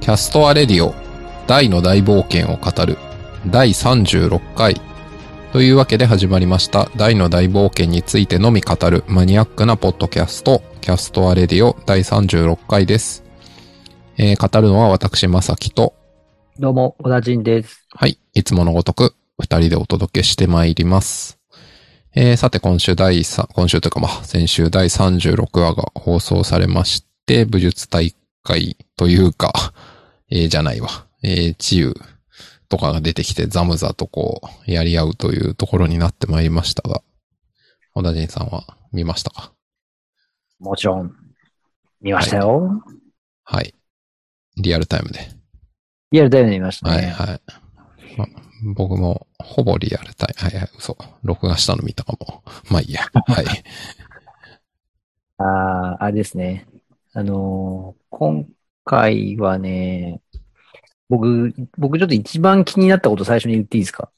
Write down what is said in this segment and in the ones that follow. キャストアレディオ大の大冒険を語る第36回というわけで始まりました大の大冒険についてのみ語るマニアックなポッドキャストキャストアレディオ第36回です、えー語るのは私まさきとどうも、小田人です。はい。いつものごとく、二人でお届けしてまいります。えー、さて、今週第3、今週というか、まあ、先週第36話が放送されまして、武術大会というか、 えー、じゃないわ、えー、治癒とかが出てきて、ザムザとこう、やり合うというところになってまいりましたが、小田人さんは見ましたかもちろん、見ましたよ。はい。リアルタイムで。リアルタイムで見ましたね。はいはい。ま僕も、ほぼリアルタイム。はいはい、嘘。録画したの見たかも。 まあ いいや。はい。ああ、あれですね。あのー今回はね、僕、僕ちょっと一番気になったこと最初に言っていいですか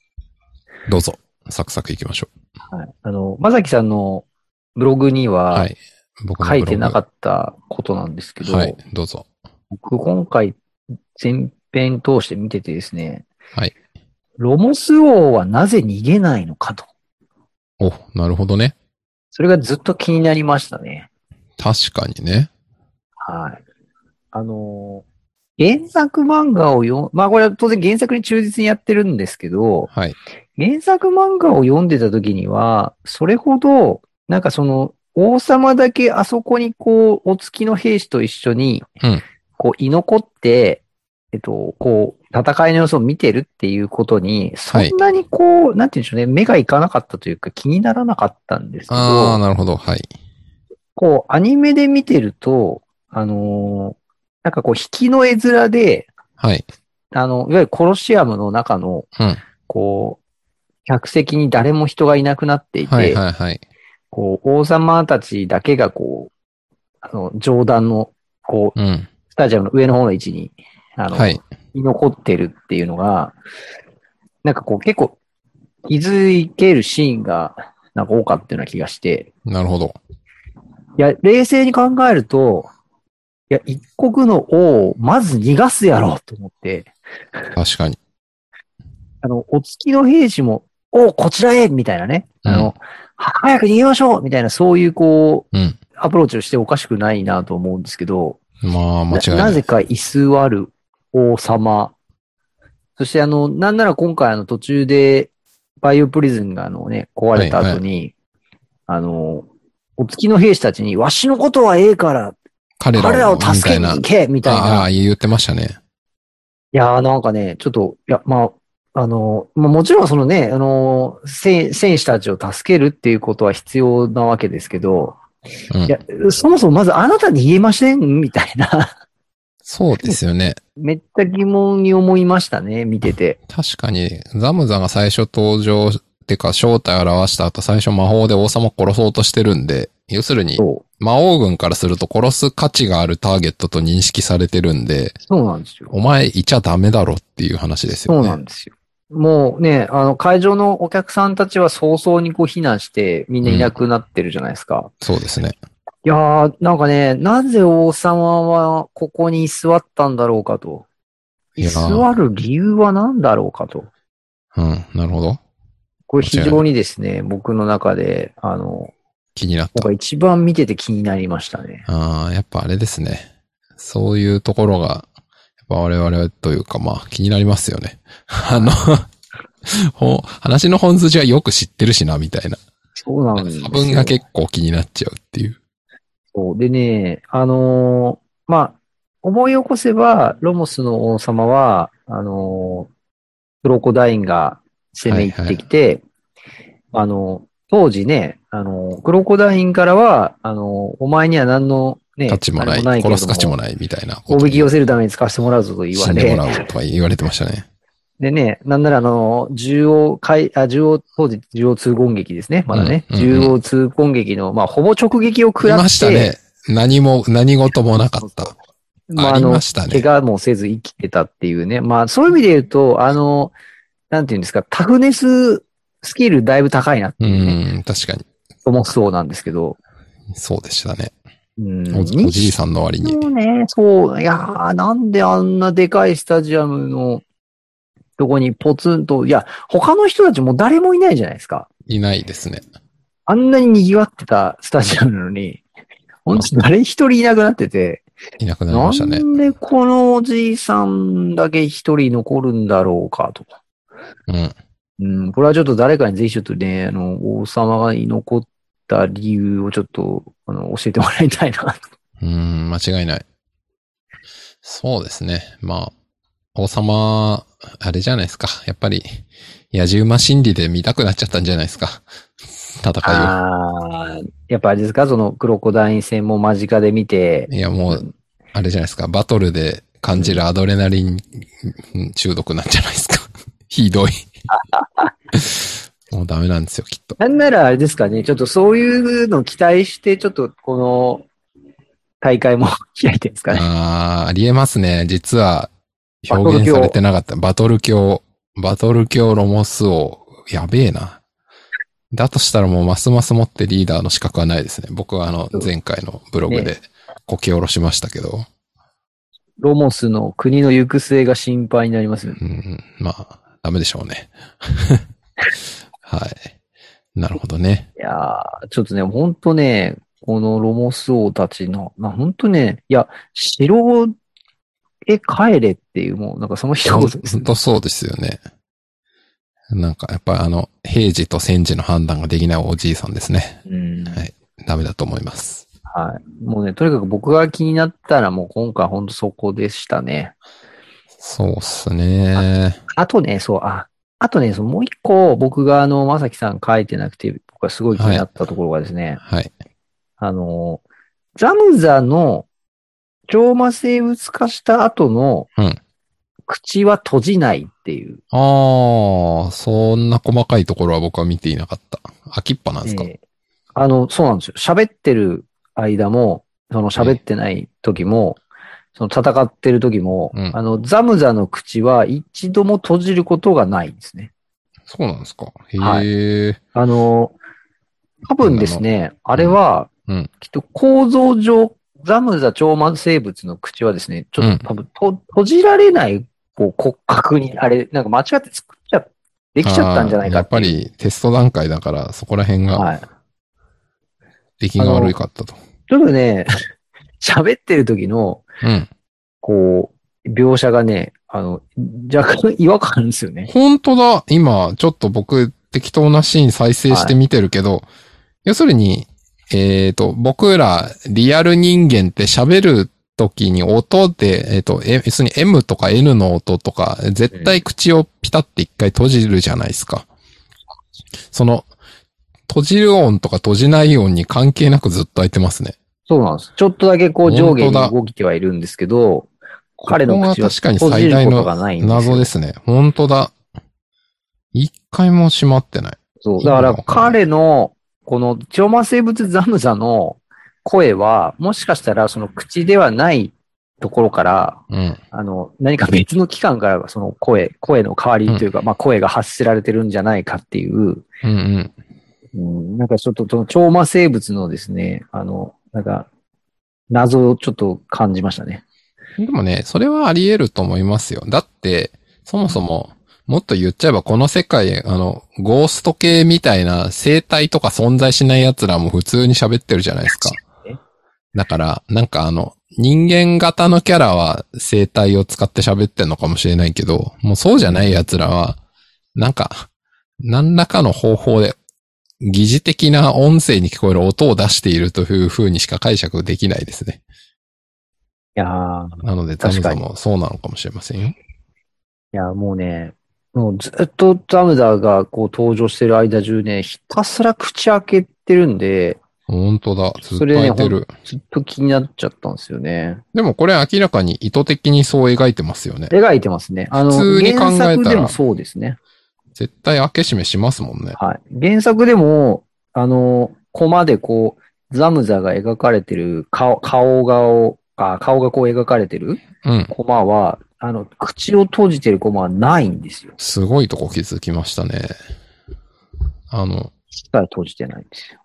どうぞ、サクサクいきましょはい。あの、まさきさんのブログにう。は、はい。僕書いてなかっったことなんですけど、はい、どうぞ。僕今回、前編通して見ててですね、はい。ロモス王はなぜ逃げないのかと。お、なるほどね。それがずっと気になりましたね。確かにね。はい。あのー原作漫画を読ん、まあこれは当然原作に忠実にやってるんですけど、はい。原作漫画を読んでた時には、それほど、なんかその、王様だけあそこにこう、お付きの兵士と一緒にうん、こう、居残って、えっと、こう、戦いの様子を見てるっていうことに、そはいんなにこう、なんて言うんでしょうね、目がいかなかったというか気にならなかったんですけど、あー、なるほど。はい。こう、アニメで見てると、あのーなんかこう、引きの絵面で、はい。あの、いわゆるコロシアムの中の、うん。こう、客席に誰も人がいなくなっていて、はいはいはい。こう、王様たちだけがこう、あの、上段の、こう、うん。スタジアムの上の方の位置に、あの、はい。居残ってるっていうのが、なんかこう、結構、気づけるシーンが、なんか多かったような気がして、なるほど。いや、冷静に考えると、いや、一国の王をまず逃がすやろうと思って、確かに。あの、お月の兵士も、おうこちらへみたいなね。あの、は早く逃げましょうみたいな、そういうこうん。う、アプローチをしておかしくないなと思うんですけど、まあ、間違いなな。ないぜか居座る王様。そしてあの、なんなら今回あの途中で、バイオプリズンがあのね、壊れた後に、あの、お月の兵士たちに、わしのことはええから、彼彼ららををみ助たけいにな行。けみたいあな。あいー、言ってましたね。やーなんかね、ちょっと、いや、まあ、あの、まあ、もちろんそのね、あの、せ選手たちを助けるっていうことは必要なわけですけど、うんいや。、そもそもまずあなた逃げませんみたいな、 そうですよね。めっちゃ疑問に思いましたね、見てて。確かに、ザムザが最初登場、てか正体を表した後、最初魔法で王様を殺そうとしてるんで、要するに、そう。魔王軍からすると殺す価値があるターゲットと認識されてるんで、そうなんですよ。お前いちゃダメだろっていう話ですそようね。なんですよ。もうね、あの、会場のお客さんたちは早々にこう避難して、みんないなくなってるじゃないですか。そうですね。いやー、なんかね、なぜ王様はここに居座ったんだろうかと。い居やー座る理由は何だろうかと。うん、なるほど。これ非常にですね、僕の中で、あの、気になった僕。が一番見てて気になりましたね。ああ、やっぱあれですね。そういうところが、やっぱ我々というかまあ気になりますよね。あの、ほ話の本筋はよく知ってるしな、みたいな。そうなんですよ。差分が結構気になっちゃうっていう。そう。でね、あのーまあ、思い起こせば、ロモスの王様は、あのークロコダインが攻め入ってきて、あのー当時ね、あのークロコダインからは、あのーお前には何のね、価値もない、あれけれど殺す価値もないみたいなこおとびき寄せるために使わせてもらうぞと言わ死んでもれ、らうとか言われてましたね。でね、なんならあのー、中央海、あ、中央、当時中央通攻撃ですね、まだね。うんうんうん中央通攻撃の、まあ、ほぼ直撃を食いらって、ましたね。何も、何事もなかっそうた。まあ、あありのま、したね怪。我もせず生きてたっていうね。まあ、そういう意味で言うと、あの、なんていうんですか、タフネススキルだいぶ高いなってういうね、ん、確かに。思うそうなんですけど、そうでしたね。うんおおじいさんの割に。そうね、そう。いやー、なんであんなでかいスタジアムのとこにポツンと、いや、他の人たちもう誰もいないじゃないですか。いないですね。あんなに賑わってたスタジアムなのに、本当に誰一人いなくなってて、いなくなりなましたね。んでこのおじいさんだけ一人残るんだろうかと。うん。うん、これはちょっと誰かにぜひちょっとね、あの、王様が居残った理由をちょっと、あの、教えてもらいたいなと。うん、間違いない。そうですね。まあ、王様、あれじゃないですか。やっぱり、野じ馬心理で見たくなっちゃったんじゃないですか。戦ああ、やっぱあれですかそのクロコダイン戦も間近で見ていを。、いや、もう、あれじゃないですか。バトルで感じるアドレナリンうん中毒なんじゃないですか。 ひどい。もうダメなんですよ、きっと。なんならあれですかね、ちょっとそういうのを期待して、ちょっとこの大会も 開いてるんですかね。あー、ありえますね。実は、表現されてなかった。バトル教、バトル教ロモスを、やべえな。だとしたらもうますます持ってリーダーの資格はないですね。僕はあのそう、前回のブログでこき下ろしましたけど。ロモスの国の行く末が心配になりますよね。うん、まあ、ダメでしょうね。 はい。なるほどね。いやー、ちょっとね、ほんとね、このロモス王たちの、まあ、ほんとね、いや、城へ帰れっていう、もう、なんかその一言です本ね。当そうですよね。なんか、やっぱりあの、平時と戦時の判断ができないおじいさんですね。うんはいダメだと思います。はい。もうね、とにかく僕が気になったらもう今回ほんとそこでしたね。そうっすね。あとね、そう、あ、あとね、そのもう一個僕があの、まさきさん書いてなくて、僕はすごい気になったところがですね、はい。あの、ザムザの超魔生物化した後のうん、口は閉じないっていう。ああ、そんな細かいところは僕は見ていなかった。飽きっぱなんですか、えーあの、そうなんですよ。喋ってる間も、その喋ってない時も、その戦ってる時も、うんあの、ザムザの口は一度も閉じることがないんですね。そうなんですかへえ、はあの、多分ですね、あれは、うんきっと構造上、ザムザ超魔生物の口はですね、ちょっと多分と、閉じられないこう骨格に、あれ、なんか間違って作っちゃ、できちゃったんじゃないかあーやっぱりテスト段階だからそこら辺ぱがはい。出来が悪かったと。ちょっとね、 喋ってる時の、うん。こう、描写がね、あの、若干違和感あるんですよね。本当だ今、ちょっと僕適当なシーン再生して見てるけど、要するに、えっ、と、僕らリアル人間って喋る時に音で、えっ、と、え要するに M とか N の音とか、絶対口をピタって一回閉じるじゃないですか。その、閉じる音とか閉じない音に関係なくずっと開いてますね。そうなんです。ちょっとだけこう上下に本当だ動きてはいるんですけど、彼の口はここが確かに閉じ最る大ことのがないんですよ。謎ですね。本当だ。一回も閉まってない。そう。だから彼の、この超魔生物ザムザの声は、もしかしたらその口ではないところから、うん。あの、何か別の機関からその声、声の代わりというか、まあ声が発せられてるんじゃないかっていう、うんうん。うん、なんかちょっとその超魔生物のですね、あの、なんか、謎をちょっと感じましたね。でもね、それはあり得ると思いますよ。だって、そもそも、もっと言っちゃえばこの世界、あの、ゴースト系みたいな生態とか存在しない奴らも普通に喋ってるじゃないですかそうね。だから、なんかあの、人間型のキャラは生態を使って喋ってんのかもしれないけど、もうそうじゃない奴らは、なんか、何らかの方法で、疑似的な音声に聞こえる音を出しているという風にしか解釈できないですね。いやー、なので、ザム確かザにもそうなのかもしれませんよ。いや、もうね、もうずっとザムザがこう登場してる間中ね、ひたすら口開けてるんで、本当だ。ずっそとれ開ねいてる。ずっと気になっちゃったんですよね。でもこれ明らかに意図的にそう描いてますよね。描いてますね。あの、普通に考えたら原作でもそうですね。絶対開け閉めしますもんね。はい。原作でも、あの、コマでこう、ザムザが描かれてる顔、顔顔あ、顔がこう描かれてるうん。コマは、あの、口を閉じてるコマはないんですよ。すごいとこ気づきましたね。あの、しっかり閉じてないんですよ。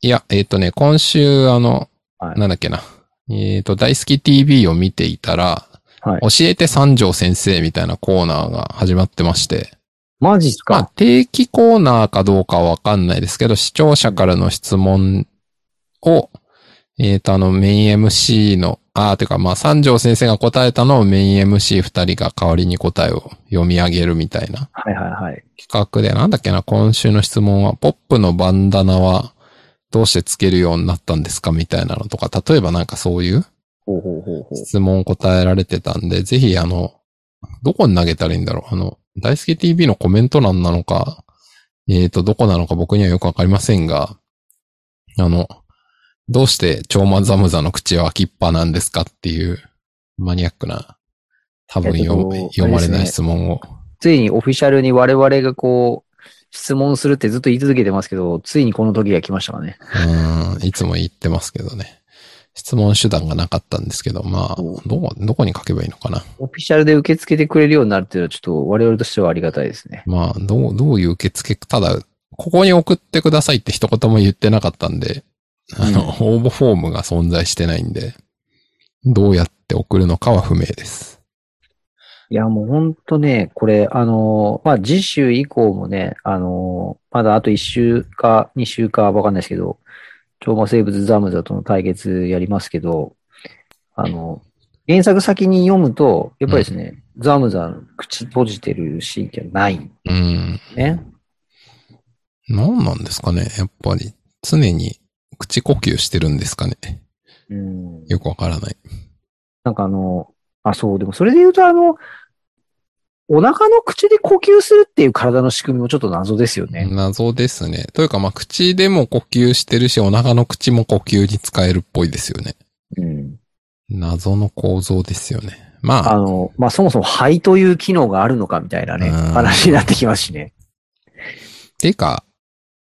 いや、えっ、とね、今週、あの、はいなんだっけな。えっ、と、大好き TV を見ていたら、はい教えて三条先生みたいなコーナーが始まってまして、マジっすまあか、定期コーナーかどうかはわかんないですけど、視聴者からの質問を、えっ、と、あの、メイン MC の、ああ、てか、まあ、三条先生が答えたのをメイン MC 二人が代わりに答えを読み上げるみたいなはいはいはい。企画で、なんだっけな、今週の質問は、ポップのバンダナはどうしてつけるようになったんですかみたいなのとか、例えばなんかそういうほうほうほうほう。質問答えられてたんで、ぜひあの、どこに投げたらいいんだろうあの、大輔 TV のコメント欄なのか、えっ、と、どこなのか僕にはよくわかりませんが、あの、どうして超マザムザの口は開きっぱなんですかっていうマニアックな、多分えっ読,、と読まれあれないです質問を。ついにオフィシャルに我々がこう、質問するってずっと言い続けてますけど、ついにこの時が来ましたかね。うーん、いつも言ってますけどね。質問手段がなかったんですけど、まあ、おどこ、どこに書けばいいのかな。オフィシャルで受け付けてくれるようになるっていうのはちょっと我々としてはありがたいですね。まあ、どう、どういう受付、ただ、ここに送ってくださいって一言も言ってなかったんで、あの、応募フォームが存在してないんで、どうやって送るのかは不明です。いや、もうほんとね、これ、あのー、まあ、次週以降もね、あのー、まだあと1週か2週かわかんないですけど、超魔生物ザムザとの対決やりますけど、あのー、原作先に読むと、やっぱりですね、ザムザの口閉じてるシーンってないんうん。ですね。何なんですかねやっぱり、常に口呼吸してるんですかねうん。よくわからない。なんかあの、あ、そう、でもそれで言うとあの、お腹の口で呼吸するっていう体の仕組みもちょっと謎ですよね。謎ですね。というか、まあ、口でも呼吸してるし、お腹の口も呼吸に使えるっぽいですよね。うん。謎の構造ですよね。まああ、の、まあ、そもそも肺という機能があるのかみたいなね、うん話になってきますしね。てか、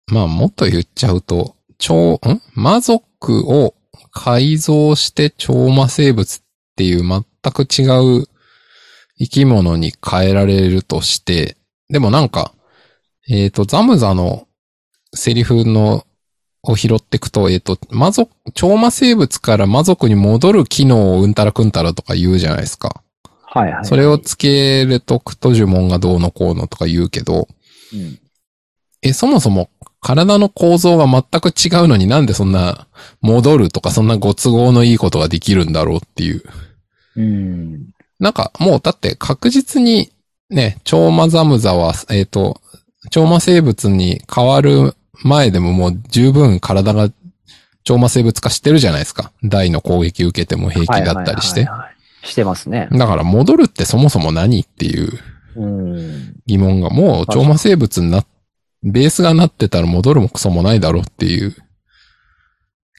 まあもっと言っちゃうと、超、ん魔族を改造して超魔生物っていう全く違う生き物に変えられるとして、でもなんか、えっ、と、ザムザのセリフのを拾ってくと、えっ、と、魔族、超魔生物から魔族に戻る機能をうんたらくんたらとか言うじゃないですか。はいはい。それをつけるとクトジュモンがどうのこうのとか言うけど、うんえ、そもそも体の構造が全く違うのになんでそんな戻るとかそんなご都合のいいことができるんだろうっていう。うん。なんかもうだって確実にね、超魔ザムザは、えっ、と、超魔生物に変わる前でももう十分体が超魔生物化してるじゃないですか。大の攻撃受けても平気だったりしては。いはいはいはいしてますね。だから戻るってそもそも何っていう。うん。疑問が、もう超魔生物にな、ベースがなってたら戻るもクソもないだろうっていう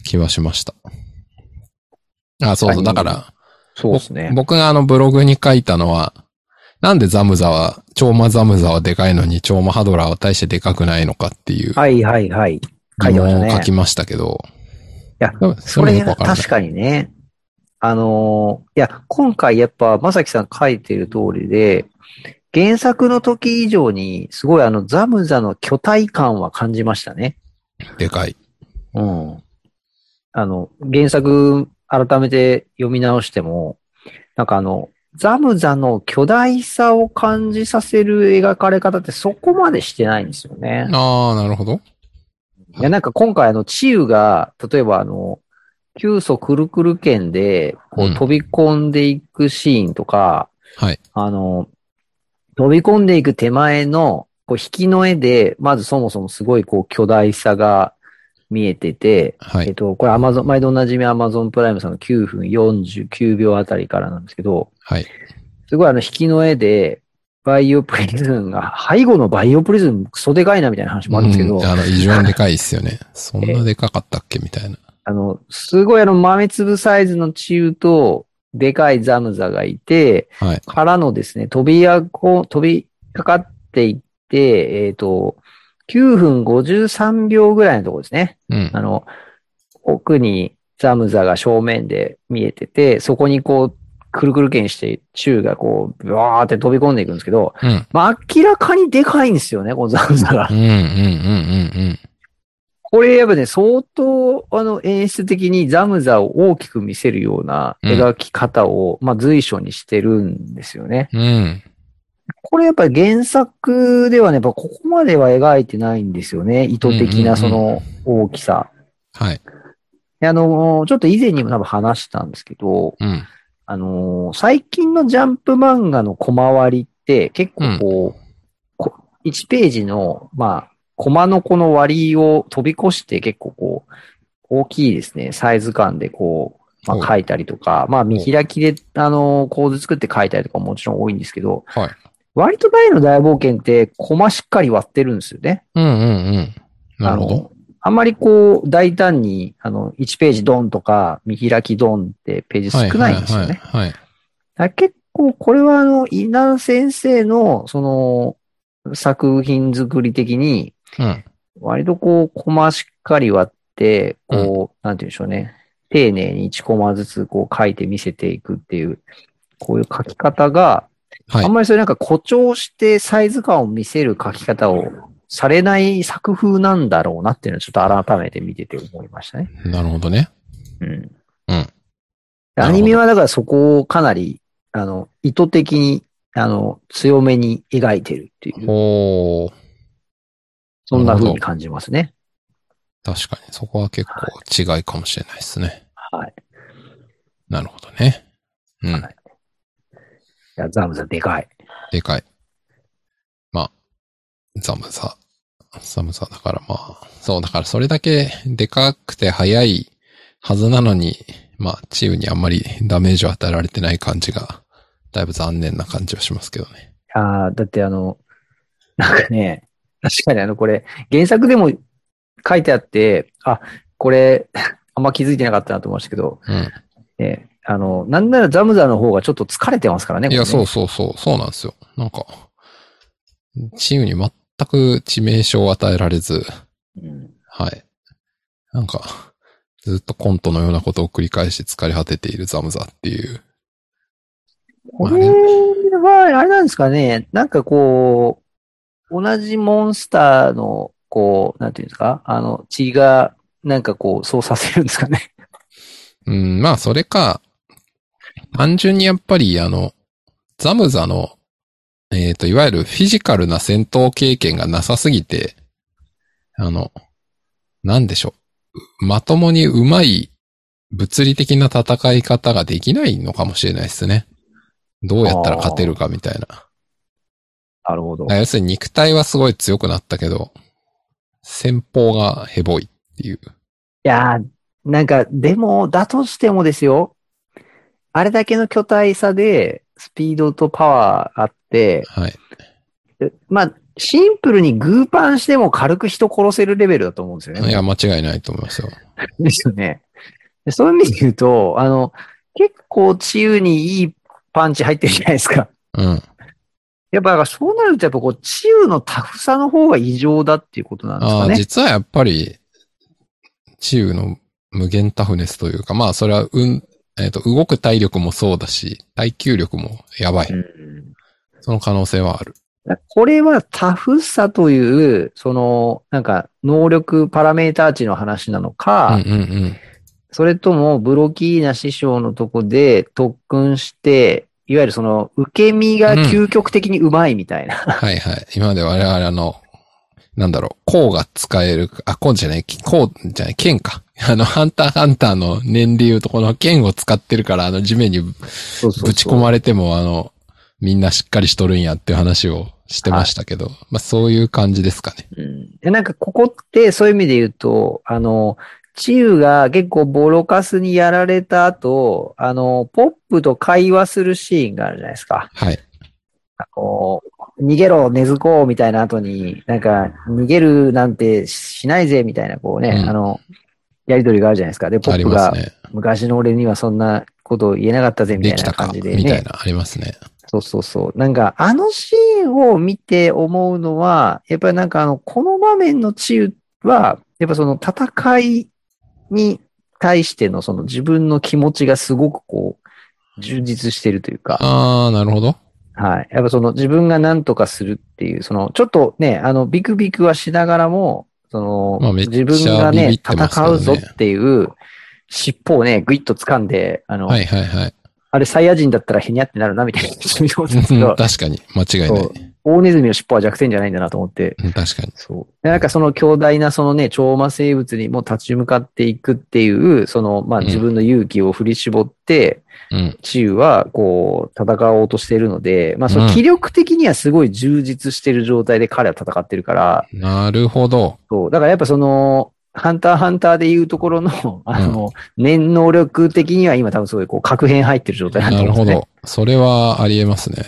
気はしました。あ、そうそう。だから、そうですね。僕があのブログに書いたのは、なんでザムザは、超魔ザムザはでかいのに超魔ハドラーは大してでかくないのかっていうはいはいはい。書い疑てました問を書ねき。ましたけど。いやでも、そもれよくわからない確かにね。あのーいや、今回やっぱ、まさきさん書いてる通りで、原作の時以上に、すごいあの、ザムザの巨体感は感じましたね。でかい。うん。あの、原作改めて読み直しても、なんかあの、ザムザの巨大さを感じさせる描かれ方ってそこまでしてないんですよね。ああ、なるほど。いや、なんか今回あの、チユが、例えばあの、急速くるくる圏で、こうんう飛び込んでいくシーンとか、はい。あの、飛び込んでいく手前の、こう引きの絵で、まずそもそもすごいこう巨大さが見えてて、はえっい。と、これアマゾン、毎度おなじみアマゾンプライムさんの9分49秒あたりからなんですけど、はい。すごいあの引きの絵で、バイオプリズムが、背後のバイオプリズムクソでかいなみたいな話もあるんですけど、うんあの、異常にでかいっすよね。そんなでかかったっけみたいな。あの、すごいあの豆粒サイズのチューと、でかいザムザがいて、はい。からのですね、飛びやこ、飛びかかっていって、えっ、と、9分53秒ぐらいのところですね。うん。あの、奥にザムザが正面で見えてて、そこにこう、くるくる剣して、宙がこう、ブワーって飛び込んでいくんですけど、うん。まあ、明らかにでかいんですよね、このザムザがうん。うんうんうんうん。これやっぱね、相当、あの、演出的にザムザを大きく見せるような描き方を、まあ、随所にしてるんですよね。うん。これやっぱり原作ではね、やっぱここまでは描いてないんですよね。意図的なその大きさ。はい。であの、ちょっと以前にも多分話したんですけど、うん。あの、最近のジャンプ漫画のコマ割りって結構こう、こ1ページの、まあ、コマのこの割りを飛び越して結構こう、大きいですね、サイズ感でこう、まおあ書いたりとか、まあ見開きで、あの、構図作って書いたりとかももちろん多いんですけど、はい。割と大の大冒険って、コマしっかり割ってるんですよね。うんうんうん。なるほどあの。。あんまりこう、大胆に、あの、1ページドンとか、見開きドンってページ少ないんですよはね。いはいはい、はい。だから結構、これはあの、稲田先生の、その、作品作り的に、うん。割とこう、コマしっかり割って、こう、なんて言うんでしょうね。丁寧に1コマずつこう書いて見せていくっていう、こういう書き方が、はいあんまりそれなんか誇張してサイズ感を見せる書き方をされない作風なんだろうなっていうのはちょっと改めて見てて思いましたね。なるほどね。うん。うん。アニメはだからそこをかなり、あの、意図的に、あの、強めに描いてるっていう、おー。そんな風に感じますね。確かに。そこは結構違いかもしれないですね。はい。なるほどね。うんは。いいや、ザムザでかい。でかい。まあ、寒さ。寒さだからまあ、そう、だからそれだけでかくて早いはずなのに、まあ、チームにあんまりダメージを与えられてない感じが、だいぶ残念な感じはしますけどね。ああ、だってあの、なんかね、確かにあの、これ、原作でも書いてあって、あ、これ、あんま気づいてなかったなと思いましたけど、うん。ね、あの、なんならザムザの方がちょっと疲れてますからね、いや、これそねうそうそう、そうなんですよ。なんか、チームに全く致命傷を与えられず、うんはい。なんか、ずっとコントのようなことを繰り返し疲れ果てているザムザっていう。これは、あれなんですかね、なんかこう、同じモンスターの、こう、なんていうんですか、あの、血が、なんかこう、そうさせるんですかね。うん、まあ、それか、単純にやっぱり、あの、ザムザの、えっ、と、いわゆるフィジカルな戦闘経験がなさすぎて、あの、なんでしょう。まともにうまい物理的な戦い方ができないのかもしれないですね。どうやったら勝てるかみたいな。なるほどあ要するに肉体はすごい強くなったけど、戦法がヘボいっていう。いやー、なんか、でも、だとしてもですよ。あれだけの巨体差で、スピードとパワーあって、はい。えまあ、シンプルにグーパンしても軽く人殺せるレベルだと思うんですよね。いや、間違いないと思いますよ。ですよね。でそういう意味で言うと、あの、結構治癒にいいパンチ入ってるじゃないですか。うん。やっぱだからそうなると、やっぱこう、治癒のタフさの方が異常だっていうことなんですあかあー、ね。実はやっぱり、チームの無限タフネスというか、まあ、それは、うん、えっ、と、動く体力もそうだし、耐久力もやばい。うんその可能性はある。これはタフさという、その、なんか、能力パラメーター値の話なのうんか、うんうん。それとも、ブロキーナ師匠のとこで特訓して、いわゆるその、受け身が究極的にうまいみたいな。はいはい。今まで我々あの、なんだろう、こうが使える、あ、こうじゃない、こうじゃない、剣か。 あの、ハンターハンターの年で言うとこの剣を使ってるから、あの地面にぶそうそうそうぶち込まれても、あの、みんなしっかりしとるんやっていう話をしてましたけど、まあそういう感じですかね。うんでなんかここってそういう意味で言うと、あの、チユが結構ボロカスにやられた後、あの、ポップと会話するシーンがあるじゃないですか。はい。あの、逃げろ、根付こうみたいな後に、なんか、逃げるなんてしないぜみたいな、こうね、うんあの、やりとりがあるじゃないですか。で、ポあッりプますが、ね。昔の俺にはそんなことを言えなかったぜみでたいきたなか、感じでみたいね。な、ありますね。そうそうそう。なんか、あのシーンを見て思うのは、やっぱりなんかあの、この場面の治癒は、やっぱその戦いに対してのその自分の気持ちがすごくこう、充実してるというか、あー、なるほど。はい。やっぱその自分が何とかするっていう、その、ちょっとね、あの、ビクビクはしながらも、その、まあめっちゃ自分がねビビってますけ戦どねうぞっていう、尻尾をね、ぐいっと掴んで、あの、はいはいはい。あれサイヤ人だったらへにゃってなるな、みたいな人見たことあるんですけうんど、確かに。間違いない。そう大ネズミの尻尾は弱点じゃないんだなと思って、うん確かに。そう。でなんかその強大なそのね、超魔生物にも立ち向かっていくっていう、その、まあうん自分の勇気を振り絞って、うん。治癒はこう、戦おうとしているので、まあその気力的にはすごい充実してる状態で彼は戦ってるから、なるほど。そう。だからやっぱその、ハンターハンターでいうところの、あの、念能力的には今多分すごいこう、核変入ってる状態なんだなとる思ほうんですね。ど。それはありえますね。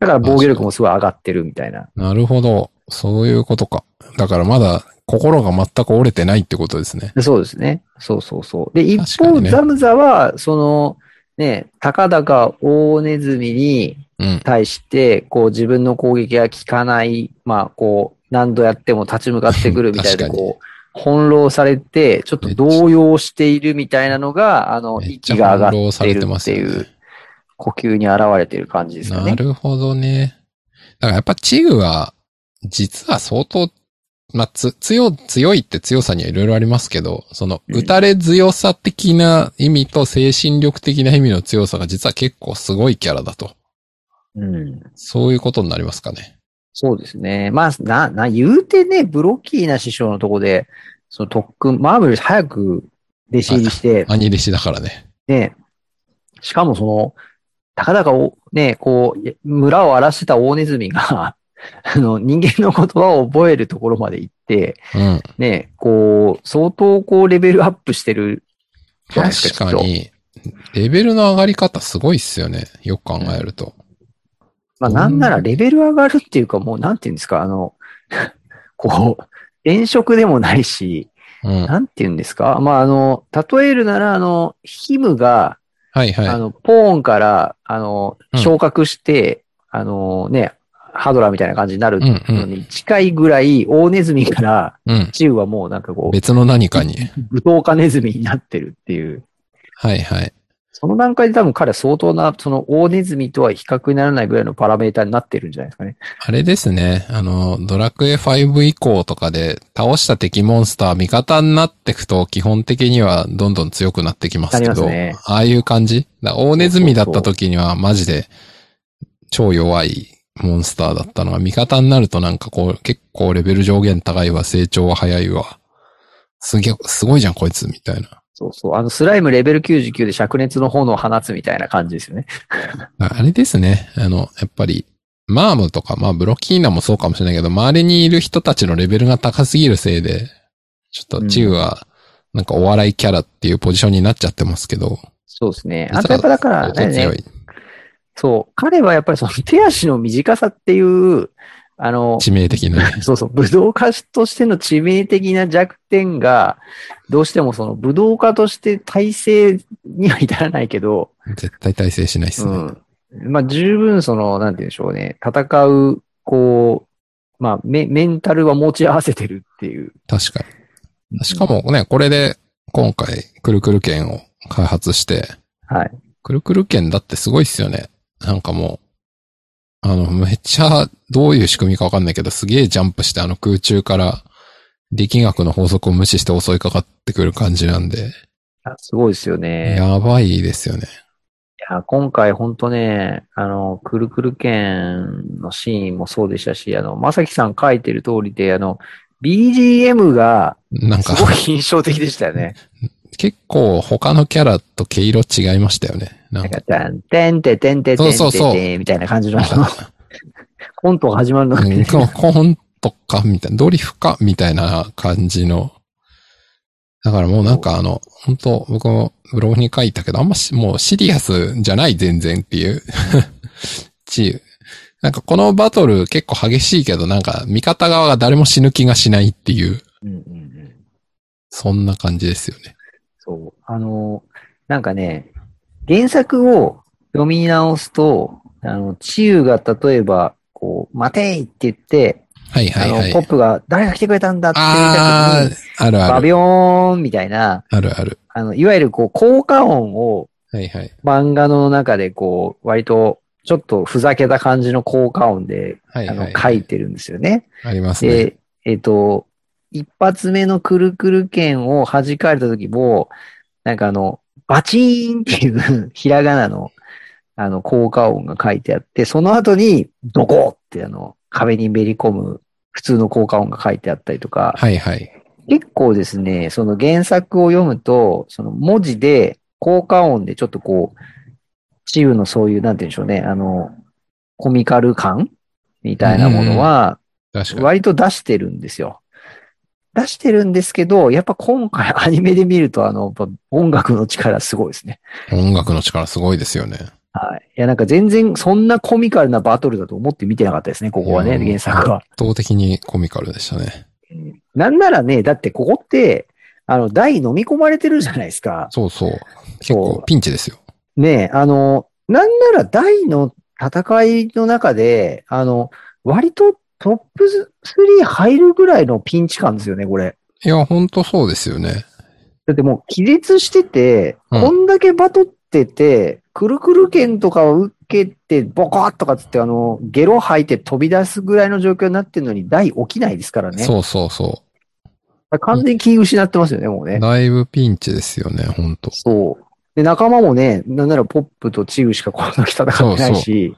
だから防御力もすごい上がってるみたいな。なるほど。そういうことか。だからまだ心が全く折れてないってことですね。でそうですね。そうそうそう。で、一確か方、にねザムザは、その、ね、たかだか大ネズミにうん。対して、こう自分の攻撃が効かない、まあこう、何度やっても立ち向かってくるみたい な、確かにこう、翻弄されて、ちょっと動揺しているみたいなのが、あの、めっち息ゃが上が翻っ弄さてれるてまっすていようね。呼吸に現れてる感じですかなね。るほどね。だからやっぱチグは、実は相当、まあ、つ、強、強いって強さにはいろいろありますけど、その、うん打たれ強さ的な意味と精神力的な意味の強さが実は結構すごいキャラだと。うん。そういうことになりますかね。そうですね。まあ、な、な、言うてね、ブロッキーな師匠のとこで、その特訓、マーブルより早く弟子入りして、兄弟子だからね。ね、しかもその、たかだかお、ね、こう、村を荒らしてた大ネズミが、 あの、人間の言葉を覚えるところまで行って、うん。ね、こう、相当こう、レベルアップしてるじゃないです確かか。きっと。に、レベルの上がり方すごいっすよね。よく考えると。まあ、なんならレベル上がるっていうか、もう、なんていうんですか、あの、 こう、転職でもないし、うん。なんて言うんですかまあ、あの、例えるなら、あの、ヒムが、はいはい。あの、ポーンから、あの、うん昇格して、あのね、ハドラーみたいな感じになるうんうのん。に近いぐらい、大ネズミから、うん。チウはもうなんかこう、別の何かに。武闘家ネズミになってるっていう。はいはい。その段階で多分彼は相当な、その大ネズミとは比較にならないぐらいのパラメーターになってるんじゃないですかね。あれですね。あの、ドラクエ5以降とかで倒した敵モンスター味方になってくと基本的にはどんどん強くなってきますけなりまど、すねああいう感じだ大ネズミだった時にはマジで超弱いモンスターだったのが味方になるとなんかこう結構レベル上限高いわ、成長は早いわ。すげえ、すごいじゃんこいつみたいな。そうそう。あの、スライムレベル99で灼熱の炎を放つみたいな感じですよね。ああれですね。あの、やっぱり、マームとか、まあ、ブロキーナもそうかもしれないけど、周りにいる人たちのレベルが高すぎるせいで、ちょっとチウは、なんかお笑いキャラっていうポジションになっちゃってますけど、そうですね。あとやっぱだから、相当ね強、い。そう。彼はやっぱりその手足の短さっていう、あの、致命的なね。 そうそう、武道家としての致命的な弱点が、どうしてもその武道家として体制には至らないけど、絶対耐性しないですうね。ん。まあ十分その、なんて言うんでしょうね、戦う、こう、まあメメンタルは持ち合わせてるっていう。確かに。しかもね、これで、今回、くるくる剣を開発して、はい。くるくる剣だってすごいっすよね。なんかもう、あの、めっちゃ、どういう仕組みかわかんないけど、すげえジャンプして、あの空中から、力学の法則を無視して襲いかかってくる感じなんで、すごいですよね。やばいですよね。いや、今回ほんとね、あの、くるくる剣のシーンもそうでしたし、あの、まさきさん書いてる通りで、あの、BGM がなんすか、ごい印象的でしたよね。結構他のキャラと毛色違いましたよね。ななんんかか、、てんてんてんてんてんてんてんてんそうそうそうみたいな感じのなんか、コントが始まるのがう ねんココントか、みたいな、ドリフか、みたいな感じの。だからもうなんかあの、本当僕もブログに書いたけど、あんまし、もうシリアスじゃない全然っていう。チームなんかこのバトル結構激しいけど、なんか味方側が誰も死ぬ気がしないっていう、うんうんうんそんな感じですよね。そう。あの、なんかね、原作を読み直すと、あの、チユが例えば、こう、待ていって言って、はいはあいのは、いポ。ップが、誰が来てくれたんだって言ったあ時に、あ、あるあバる。ビョーンみたいな、あるある。あの、いわゆるこう、効果音をはいはい。漫画の中でこう、割と、ちょっとふざけた感じの効果音で、はいあはのい。、書いてるんですよね。ありますね。で、えっ、と、一発目のくるくる剣を弾かれた時も、なんかあの、バチーンっていう ひらがなの、あの、効果音が書いてあって、その後に、ドコーってあの、壁にめり込む普通の効果音が書いてあったりとか、はいはい。結構ですね、その原作を読むと、その文字で、効果音でちょっとこう、チームのそういう、なんて言うんでしょうね、あの、コミカル感みたいなものは、確かに。割と出してるんですよ。出してるんですけど、やっぱ今回 アニメで見ると、あの、やっぱ音楽の力すごいですね。音楽の力すごいですよね。はい。いや、なんか全然そんなコミカルなバトルだと思って見てなかったですね、ここはね、うん原作 は。圧倒的にコミカルでしたね。なんならね、だってここって、あの、台飲み込まれてるじゃないですか。そうそう。結構ピンチですよ。ねえ、あの、なんなら大の戦いの中で、あの、割とトップ3入るぐらいのピンチ感ですよね、これ。いや、ほんとそうですよね。だってもう気絶してて、うんこんだけバトってて、くるくる剣とかを受けて、ボコッとかっつって、あの、ゲロ吐いて飛び出すぐらいの状況になってるのに、大起きないですからね。そうそうそ完全に気失ってますよね、もうう。ね。だいぶピンチですよね、ほんと。そう。で、仲間もね、なんならポップとチウしかこの時戦ってないし、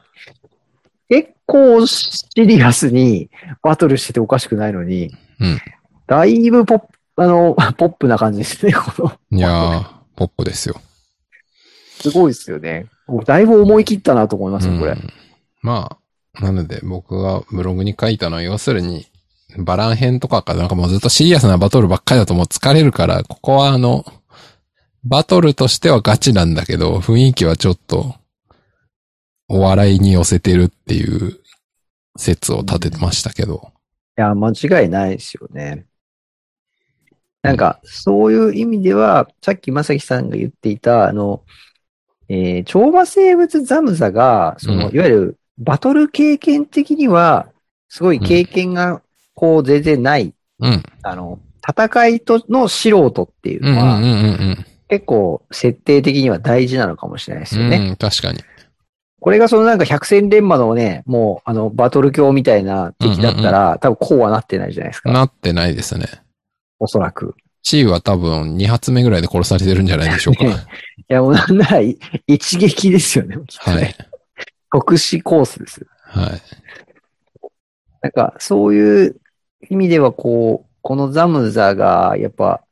結構シリアスにバトルしてておかしくないのに、うんだいぶポップ、あの、 ポップな感じですね、この。いやー、ポップですよ。すごいですよね。だいぶ思い切ったなと思いますよ、これ。うんまあ、なので僕がブログに書いたのは、要するに、バラン編とかか、なんかもうずっとシリアスなバトルばっかりだともう疲れるから、ここはあの、バトルとしてはガチなんだけど、雰囲気はちょっと、お笑いに寄せてるっていう説を立ててましたけど。いや、間違いないですよね。なんか、そういう意味では、さっきまさきさんが言っていた、あの、えー、超魔生物ザムザが、その、うんいわゆるバトル経験的には、すごい経験が、こう、全然ない、うん。あの、戦いとの素人っていううんうのんは、うんうん結構、設定的には大事なのかもしれないですうよん。ね。うん、確かに。これがそのなんか百戦錬磨のね、もう、あの、バトル教みたいな敵だったら、多分こうはなってないじゃないですか。なってないですね。おそらく。チーは多分2発目ぐらいで殺されてるんじゃないでしょうか。いや、もうなんならい、一撃ですよね。きっとねはい。特殊コースです。はい。なんか、そういう意味では、こう、このザムザが、やっぱ、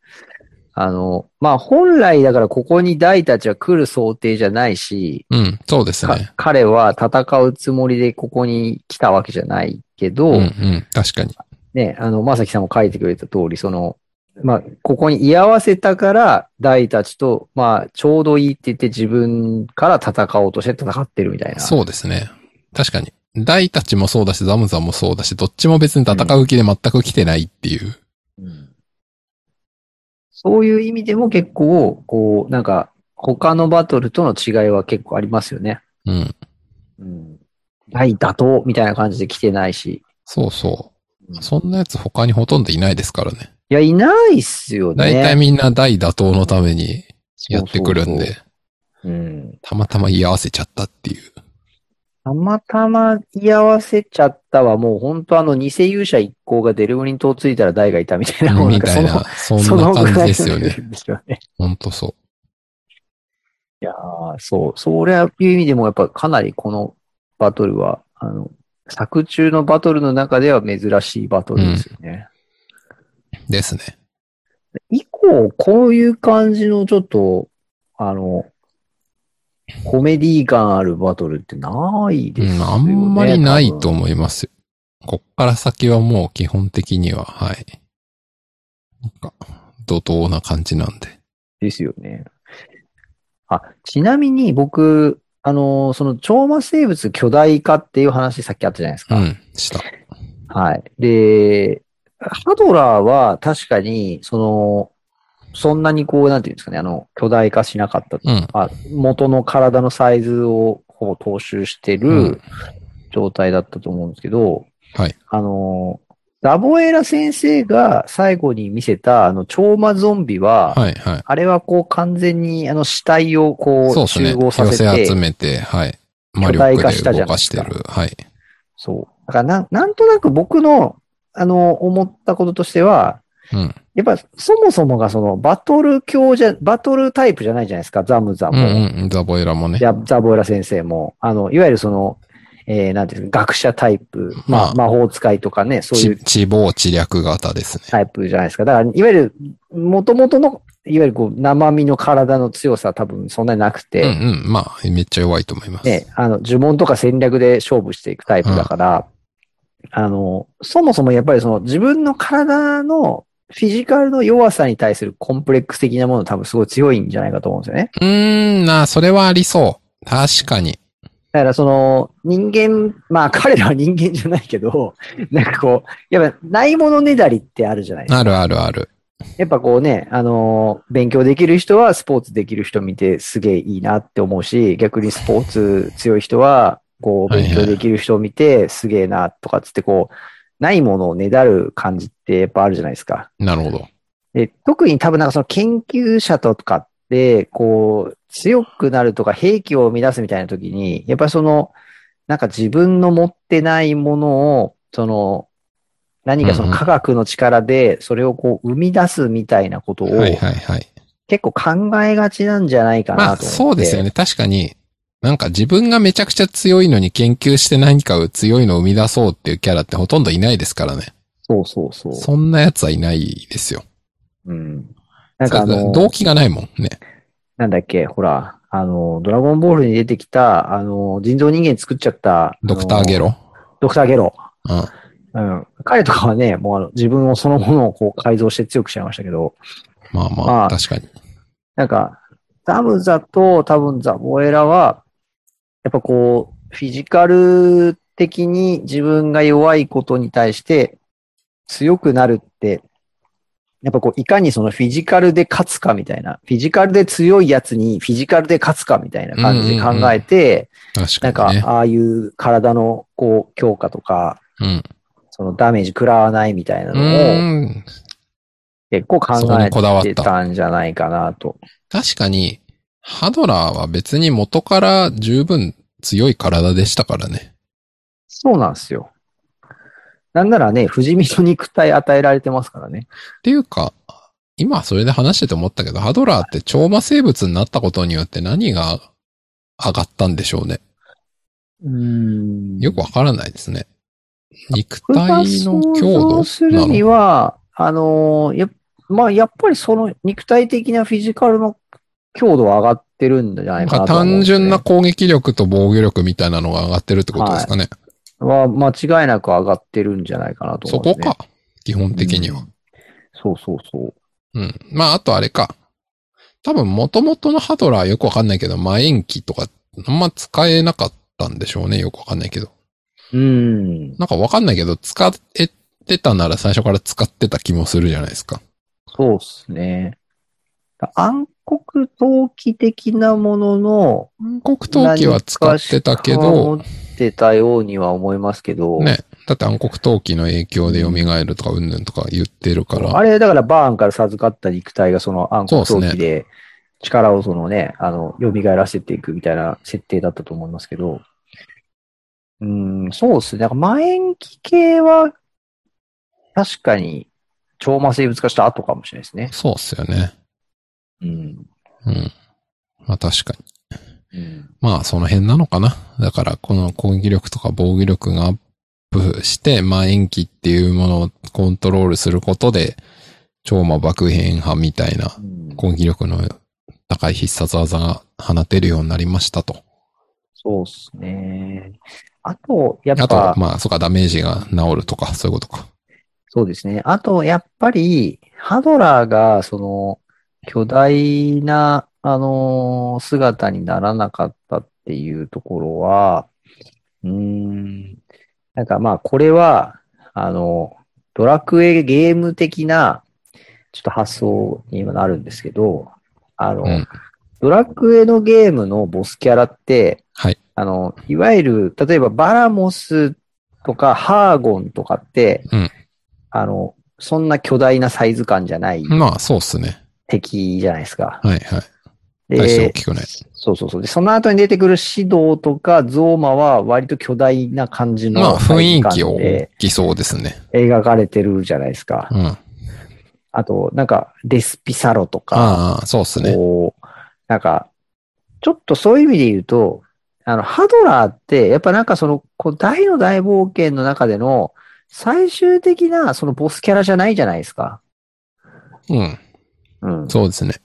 あの、まあ、本来だからここに大たちは来る想定じゃないし、うん、そうですかね。彼は戦うつもりでここに来たわけじゃないけど、うんうん、確かに。ね、あの、まさきさんも書いてくれた通り、その、まあ、ここに居合わせたから、大たちと、まあ、ちょうどいいって言って自分から戦おうとして戦ってるみたいな。そうですね。確かに。大たちもそうだし、ザムザもそうだし、どっちも別に戦う気で全く来てないっていう。そういう意味でも結構、こう、なんか、他のバトルとの違いは結構ありますよね。うん。うん。はい、打倒みたいな感じで来てないし。そうそうんう。そんなやつ他にほとんどいないですからね。いや、いないっすよね。大体みんな大打倒のためにやってくるんそうそうで、そう。うん。たまたま居合わせちゃったっていう。たまたま居合わせちゃったはもう本当あの偽勇者一行がデルブリン島ついたら大がいたみたいな。もうなんみかたそいのな、そんな感じですよそのね。ぐらいのレベルですよね。ほんとそいやーそう、それはいう意味でもやっぱかなりこのバトルは、あの、作中のバトルの中では珍しいバトルですよね。う。ですね。以降、こういう感じのちょっと、あの、コメディー感あるバトルってないですようね。ん、あんまりないと多分。思いますよ。こっから先はもう基本的には、はい。なんか、怒涛な感じなんで。ですよね。あ、ちなみに僕、あの、その超魔生物巨大化っていう話さっきあったじゃないですうか。ん、した。はい。で、ハドラーは確かに、その、そんなにこう、なんていうんですかね、あの、巨大化しなかった。うん。あ元の体のサイズをほぼ踏襲してうるん状態だったと思うんですけど、はい。あの、ダボエラ先生が最後に見せた、あの、超魔ゾンビは、はい、はい。あれはこう完全にあの死体をこそううですね。集寄合させて、せ集めて、はい。魔力巨大化したでじ動ゃないかでしすてかる。はい。そう。だからなん、なんとなく僕の、あの、思ったこととしては、うん。やっぱそもそもがそのバトル教じゃ、バトルタイプじゃないじゃないですか、ザムザうも。んうん。ザボエラもね。ザザボエラ先生も、あの、いわゆるその、えー、なんていうんですか、学者タイプ、まあ、ま魔法使いとかね、そういうち、地防知略型ですね。タイプじゃないですか。だから、いわゆる、元々の、いわゆるこう、生身の体の強さは多分そんなになくて、うんうん。まあ、めっちゃ弱いと思います。ね、あの、呪文とか戦略で勝負していくタイプだから、あの、そもそもやっぱりその自分の体のフィジカルの弱さに対するコンプレックス的なもの多分すごい強いんじゃないかと思うんですよね。うーん、なあ、それはありそう。確かに。だからその人間、まあ彼らは人間じゃないけど、 なんかこう、やっぱないものねだりってあるじゃないですか。あるあるある。やっぱこうね、あのー勉強できる人はスポーツできる人見てすげえいいなって思うし、逆にスポーツ強い人は、こう、はいは勉い強できる人を見てすげえなとかっつって、こう、ないものをねだる感じってやっぱあるじゃないですか。なるほど。で特に多分なんかその研究者とかって、こう、強くなるとか兵器を生み出すみたいな時に、やっぱりその、なんか自分の持ってないものを、その、何かそうんのうん科学の力で、それをこう生み出すみたいなことを、はいはいはい。結構考えがちなんじゃないかまあ、なと思って。そうですよね。確かに、なんか自分がめちゃくちゃ強いのに研究して何かを強いのを生み出そうっていうキャラってほとんどいないですからね。そうそうそう。そんなやつはいないですよ。うん。なんかあの、動機がないもんね。なんだっけ、ほら、あの、ドラゴンボールに出てきた、あの、人造人間作っちゃった、あドのクターゲ。ロ。ドクターゲロ。うん。うん。彼とかはね、もうあの自分をそのものをこう改造して強くしちゃいましたけど、まあまあ、まあ確かに。なんか、ダムザと多分ザボエラは、やっぱこう、フィジカル的に自分が弱いことに対して強くなるって、やっぱこう、いかにそのフィジカルで勝つかみたいな、フィジカルで強いやつにフィジカルで勝つかみたいな感じで考えて、なん確かかに、ね。ああいう体のこう、強化とか、うん。そのダメージ食らわないみたいなうのを、ーん。結構考そこえにこだわってたたんじゃないかなと。確かに、ハドラーは別に元から十分強い体でしたからね。そうなんですよ。なんならね、不死身の肉体与えられてますからね。っていうか、今それで話してて思ったけど、ハドラーって超魔生物になったことによって何が上がったんでしょうね。うんよくわからないですね。肉これが体の強想像度するなにのは、あのーやっ、まあ、やっぱりその肉体的なフィジカルの強度は上がってるんじゃなないんかかなと思うん単ですね、純な攻撃力と防御力みたいなのが上がってるってことですかね。は間違いなく上がってるんじゃないかなとそ思うんこです、ね。か。基本的にうは。そうそうそう。うん。まあ、あとあれか。多分元々のハドラーはよくわかんないけど、魔炎器とか、あんま使えなかったんでしょうね。よくわかんないけど。うん。なんかわかんないけど、使えてたなら最初から使ってた気もするじゃないですか。そうっすね。暗黒闘技的なものの、暗黒闘技は使ってたけ何かしら持ど、ってたようには思いますけど、ね。だって暗黒闘技の影響で蘇るとか、うんぬんとか言ってるから。あれ、だからバーンから授かった肉体がその暗黒闘技で、力をそのね、あの、蘇らせていくみたいな設定だったと思いますけど、うん、そうですね。なんか、魔炎期系は、確かに、超魔生物化した後かもしれないですね。そうっすよね。うん。うん。まあ確かに。うん、まあその辺なのかな。だからこの攻撃力とか防御力がアップして、まあ延期っていうものをコントロールすることで、超魔爆変派みたいなうん攻撃力の高い必殺技が放てるようになりましたと。そうですね。あと、やっあぱと、、まあそうかダメージが治るとか、そういうことか。そうですね。あと、やっぱり、ハドラーが、その、巨大な、あのー姿にならなかったっていうところは、うーん、なんかまあ、これは、あの、ドラクエゲーム的な、ちょっと発想に今なるんですけど、あの、うんドラクエのゲームのボスキャラって、はいあの、いわゆる、例えばバラモスとかハーゴンとかって、うんあの、そんな巨大なサイズ感じゃないまあそうっすね。敵じゃないですか。はいはい。で大して大きくない。そうそうそう。で、その後に出てくるシドーとかゾーマは割と巨大な感じまのあ雰囲サイ気ズを感大できそうですね。描かれてるじゃないですか。うん。あと、なんか、レスピサロとか、ああ、そうっすね。こう、なんか、ちょっとそういう意味で言うと、あの、ハドラーって、やっぱなんかその、こう、大の大冒険の中での、最終的な、そのボスキャラじゃないじゃないですか。うん。うん。そうですね。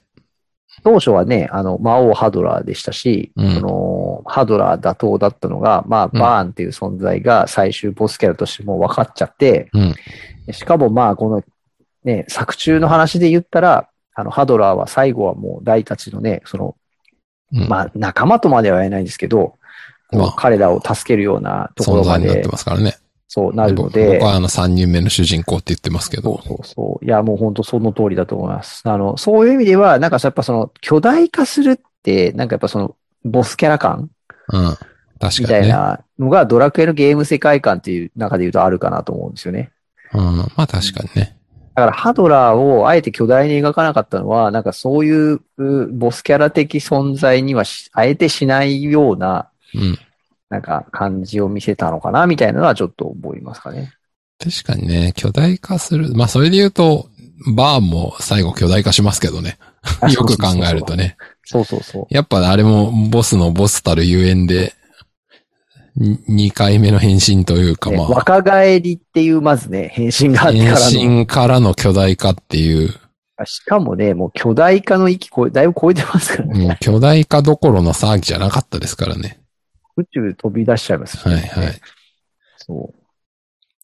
当初はね、あの、魔王ハドラーでしたし、うんその、ハドラー打倒だったのが、まあ、うんバーンっていう存在が最終ボスキャラとしてもう分かっちゃって、うんしかもまあ、この、ね、作中の話で言ったら、あの、ハドラーは最後はもう大たちのね、その、うん、まあ、仲間とまでは言えないんですけど、こうまあ彼らを助けるようなとこ存ろま在になっでて、ますからね。そうなるの僕で僕、はあの3人目の主人公って言ってますけそどう。そうそう。いや、もう本当その通りだと思います。あの、そういう意味では、なんかやっぱその、巨大化するって、なんかやっぱその、ボスキャラ感うん。確みかたいにね。なのが、ドラクエのゲーム世界観っていう中で言うとあるかなと思うんですよね。うん。まあ確かにね。だから、ハドラーをあえて巨大に描かなかったのは、なんかそういう、うボスキャラ的存在にはし、あえてしないような、うん。なんか感じを見せたのかな、みたいなのはちょっと思いますかね。確かにね、巨大化する。まあそれで言うと、バーンも最後巨大化しますけどね。よく考えるとね。そうそうそう。やっぱあれもボスのボスたるゆえんで、2回目の変身というかねまあ、若返りっていう、まずね、変身があってか変らの。身からの巨大化って いう、しかもね、もう巨大化の域超え、だいぶ超えてますからね。もう巨大化どころの騒ぎじゃなかったですからね。宇宙飛び出しちゃいますしね、はいはい。そう。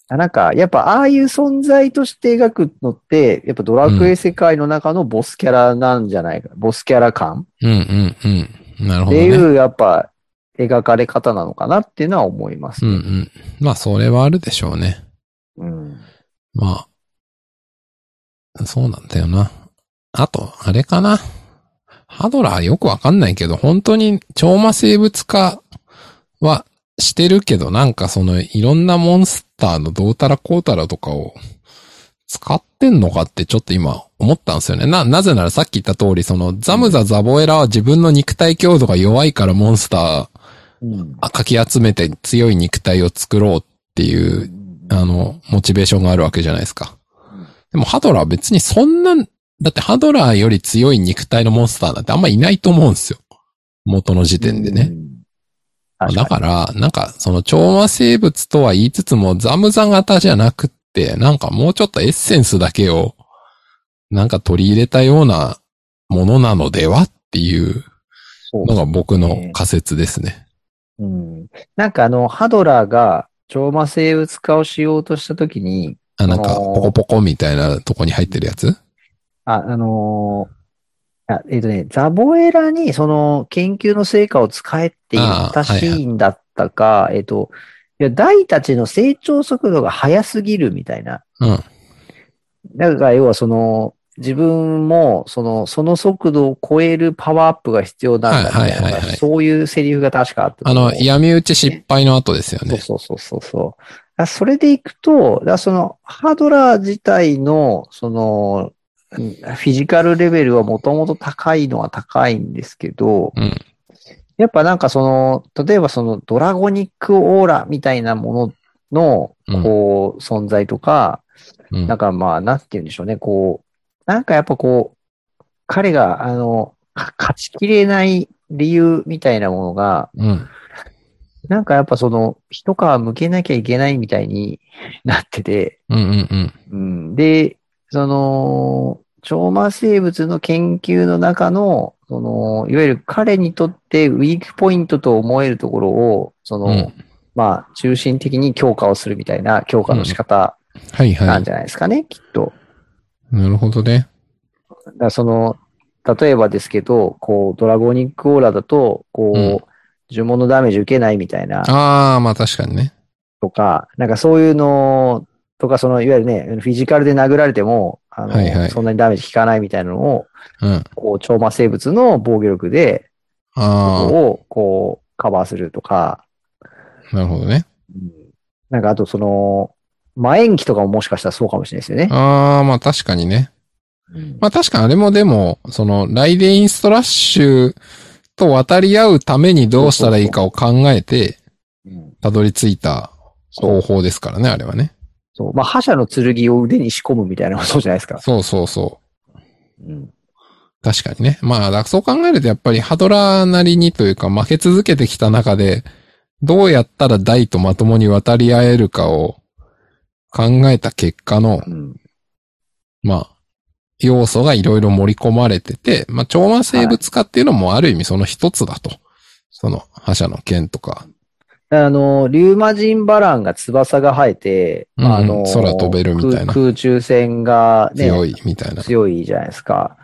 あなんか、やっぱああいう存在として描くのって、やっぱドラクエ世界の中のボスキャラなんじゃないか。ボスキャラ感うんうんうん。なるっほどてね。いう、やっぱ描かれ方なのかなっていうのは思いますうんうね。ん。まあそれはあるでしょうね。うん。まあ、そうなんだよな。あと、あれかな。ハドラーよくわかんないけど、本当に超魔生物化はしてるけど、なんかそのいろんなモンスターのどうたらこうたらとかを使ってんのかってちょっと今思ったんですよね。な、なぜならさっき言った通り、そのザムザザボエラは自分の肉体強度が弱いからモンスターうん。あかき集めて強い肉体を作ろうっていうあの、モチベーションがあるわけじゃないですかうん。でもハドラーは別にそんな、だってハドラーより強い肉体のモンスターなんてあんまいないと思うんですよ。元の時点でね。うん。確だかから、なんか、その調和生物とは言いつつも、ザムザ型じゃなくって、なんかもうちょっとエッセンスだけを、なんか取り入れたようなものなのではっていうにのが僕そうですのね仮説ですね。うん。なんかあの、ハドラーが超魔生物化をしようとしたときに、あ、なんか、あのーポコポコみたいなとこに入ってるやつあ、あのーあえっ、とね、ザボエラにその研究の成果を使えって言ったあーはいはいシーンだったか、えっ、と、いや、大たちの成長速度が速すぎるみたいな。うん。だから要はその、自分も、その、その速度を超えるパワーアップが必要なんだみたいな、はいはいはいはいそういうセリフが確かあったとあ思うの、闇討ち失敗の後ですよね。そうそうそうそうそう。だからそれでいくと、だからそのハードラー自体の、その、うんフィジカルレベルはもともと高いのは高いんですけど、うんやっぱなんかその、例えばそのドラゴニックオーラみたいなものうの、んこう、存在とか、うんなんかまあ、なんて言うんでしょうね、こう、なんかやっぱこう、彼が、あの、か勝ちきれない理由みたいなものが、うん。なんかやっぱその、一皮向けなきゃいけないみたいに なってて、うんうんうん。うん、で、その、超魔生物の研究の中の、その、いわゆる彼にとってウィークポイントと思えるところを、その、うんまあ、中心的に強化をするみたいな強化の仕方はいはなんい。じゃないですかね、きっと。なるほどね。だからその、例えばですけど、こう、ドラゴニックオーラだと、こう、うん呪文のダメージ受けないみたいな、ああ、まあ確かにね。とか、なんかそういうのとか、その、いわゆるね、フィジカルで殴られても、あの、はいはいそんなにダメージ効かないみたいなのを、うん。あこう、超魔生物の防御力で、あを、こう、カバーするとか、ー、なるほどね。なんかあとその、魔延期とかももしかしたらそうかもしれないですよね。ああ、まあ確かにね。うんまあ確かにあれもでも、その、ライデインストラッシュと渡り合うためにどうしたらいいかを考えて、うんたどり着いたそう方法ですからね、あれはね。そう。まあ、覇者の剣を腕に仕込むみたいなのもそうじゃないですか。そうそうそう。うん。確かにね。まあ、だからそう考えるとやっぱりハドラーなりにというか負け続けてきた中で、どうやったら大とまともに渡り合えるかを考えた結果の、うん。まあ、要素がいろいろ盛り込まれてて、まあ、超魔生物化っていうのもある意味その一つだと。その、覇者の剣とか、あの、リュウマジンバランが翼が生えて、うんうんあの、空飛べるみたいな空空中戦がね、強いみたいな。強いじゃないですか。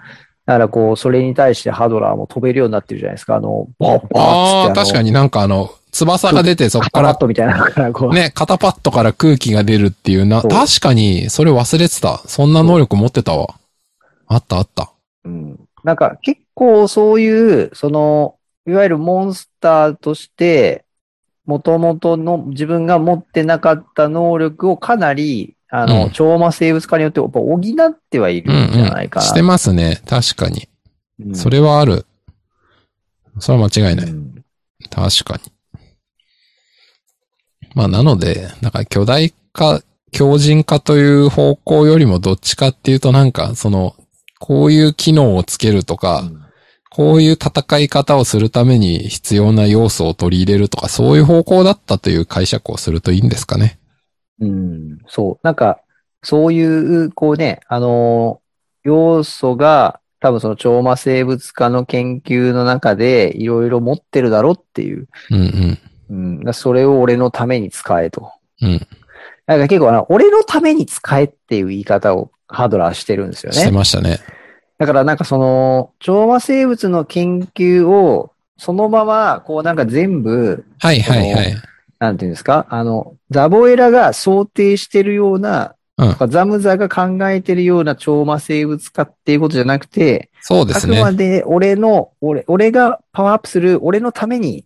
だからこう、それに対してハドラーも飛べるようになってるじゃないですか。あの、バッあバッあ、つって確かになんかあの、翼が出てそあのこカかラッら、トみたいなのからこう。ね、肩パッドから空気が出るっていうな、そう確かにそれ忘れてた。そんな能力持ってたわ。あったあった。うん。なんか結構そういう、その、いわゆるモンスターとして、元々の自分が持ってなかった能力をかなり、あの、うん超魔生物化によってやっぱ補ってはいうんるんじゃなういん。かな。してますね。確かに。うんそれはある。それは間違いない。うん確かに。まあ、なので、なんか巨大化、強靭化という方向よりもどっちかっていうとなんか、その、こういう機能をつけるとか、こういう戦い方をするために必要な要素を取り入れるとか、そういう方向だったという解釈をするといいんですかね。うん、そう。なんか、そういう、こうね、あのー要素が、多分その超魔生物化の研究の中でいろいろ持ってるだろうっていう。うんうん。うん、だからそれを俺のために使えと。うん。なんか結構あの、俺のために使えっていう言い方をハドラーしてるんですよしてね。ましたね。だからなんかその、調和生物の研究を、そのまま、こうなんか全部、はいはいはい。なんていうんですかあの、ザボエラが想定してるよううんな、とかザムザが考えてるような調和生物化っていうことじゃなくて、そうであすくね。まで俺の、俺、俺がパワーアップする、俺のために、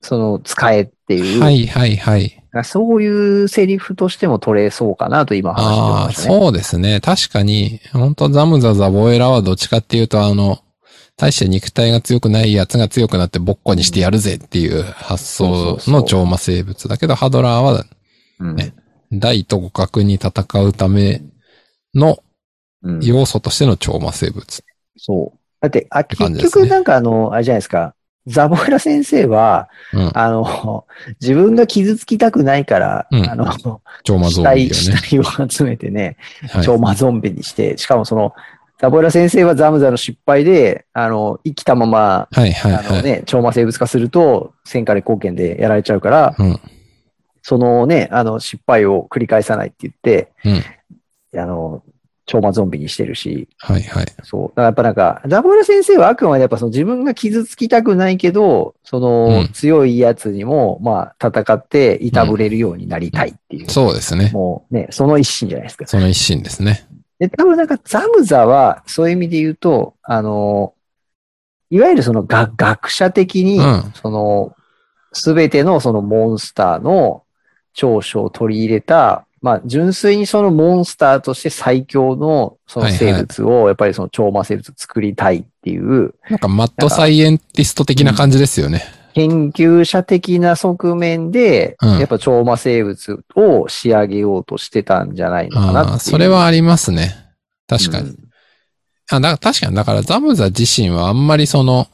その、使えっていう。はいはいはい。なんかそういうセリフとしても取れそうかなと今話してあまあ、したね。そうですね。確かに、本当ザムザザボエラはどっちかっていうと、あの、大して肉体が強くないやつが強くなってボッコにしてやるぜっていう発想の超魔生物だけど、ハドラーはうんね大と互角に戦うためのうん要素としての超魔生物。そう。だって、あ、て感結じですね局なんかあの、あれじゃないですか。ザボエラ先生は、うん。あの、自分が傷つきたくないから、うんあの、超魔死ゾンビ体、よ死体を集めてね、ね。はい超魔ゾンビにして、しかもその、ザボエラ先生はザムザの失敗で、あの、生きたまま、はいはいあはのい。ね、超魔生物化すると、戦火で貢献でやられちゃうから、うん。そのね、あの、失敗を繰り返さないって言って、うん。あの、超魔ゾンビにしてるし、はいはい。そう。だからやっぱなんか、ダブル先生はあくまでやっぱその自分が傷つきたくないけど、その、うん強いやつにも、まあ、戦って、いたぶれるようになりたいっていう。そうですね。もうね、その一心じゃないですか。その一心ですね。で、多分なんか、ザムザは、そういう意味で言うと、あの、いわゆるそのが学者的に、うんその、すべてのそのモンスターの長所を取り入れた、まあ、純粋にそのモンスターとして最強のその生物を、やっぱりその超魔生物を作りたいっていう、なんかマッドサイエンティスト的な感じですよね。研究者的な側面で、うんやっぱ超魔生物を仕上げようとしてたんじゃないのかなっていうああ、それはありますね。確かに。うんあ、だ、確かに、だからザムザ自身はあんまりその、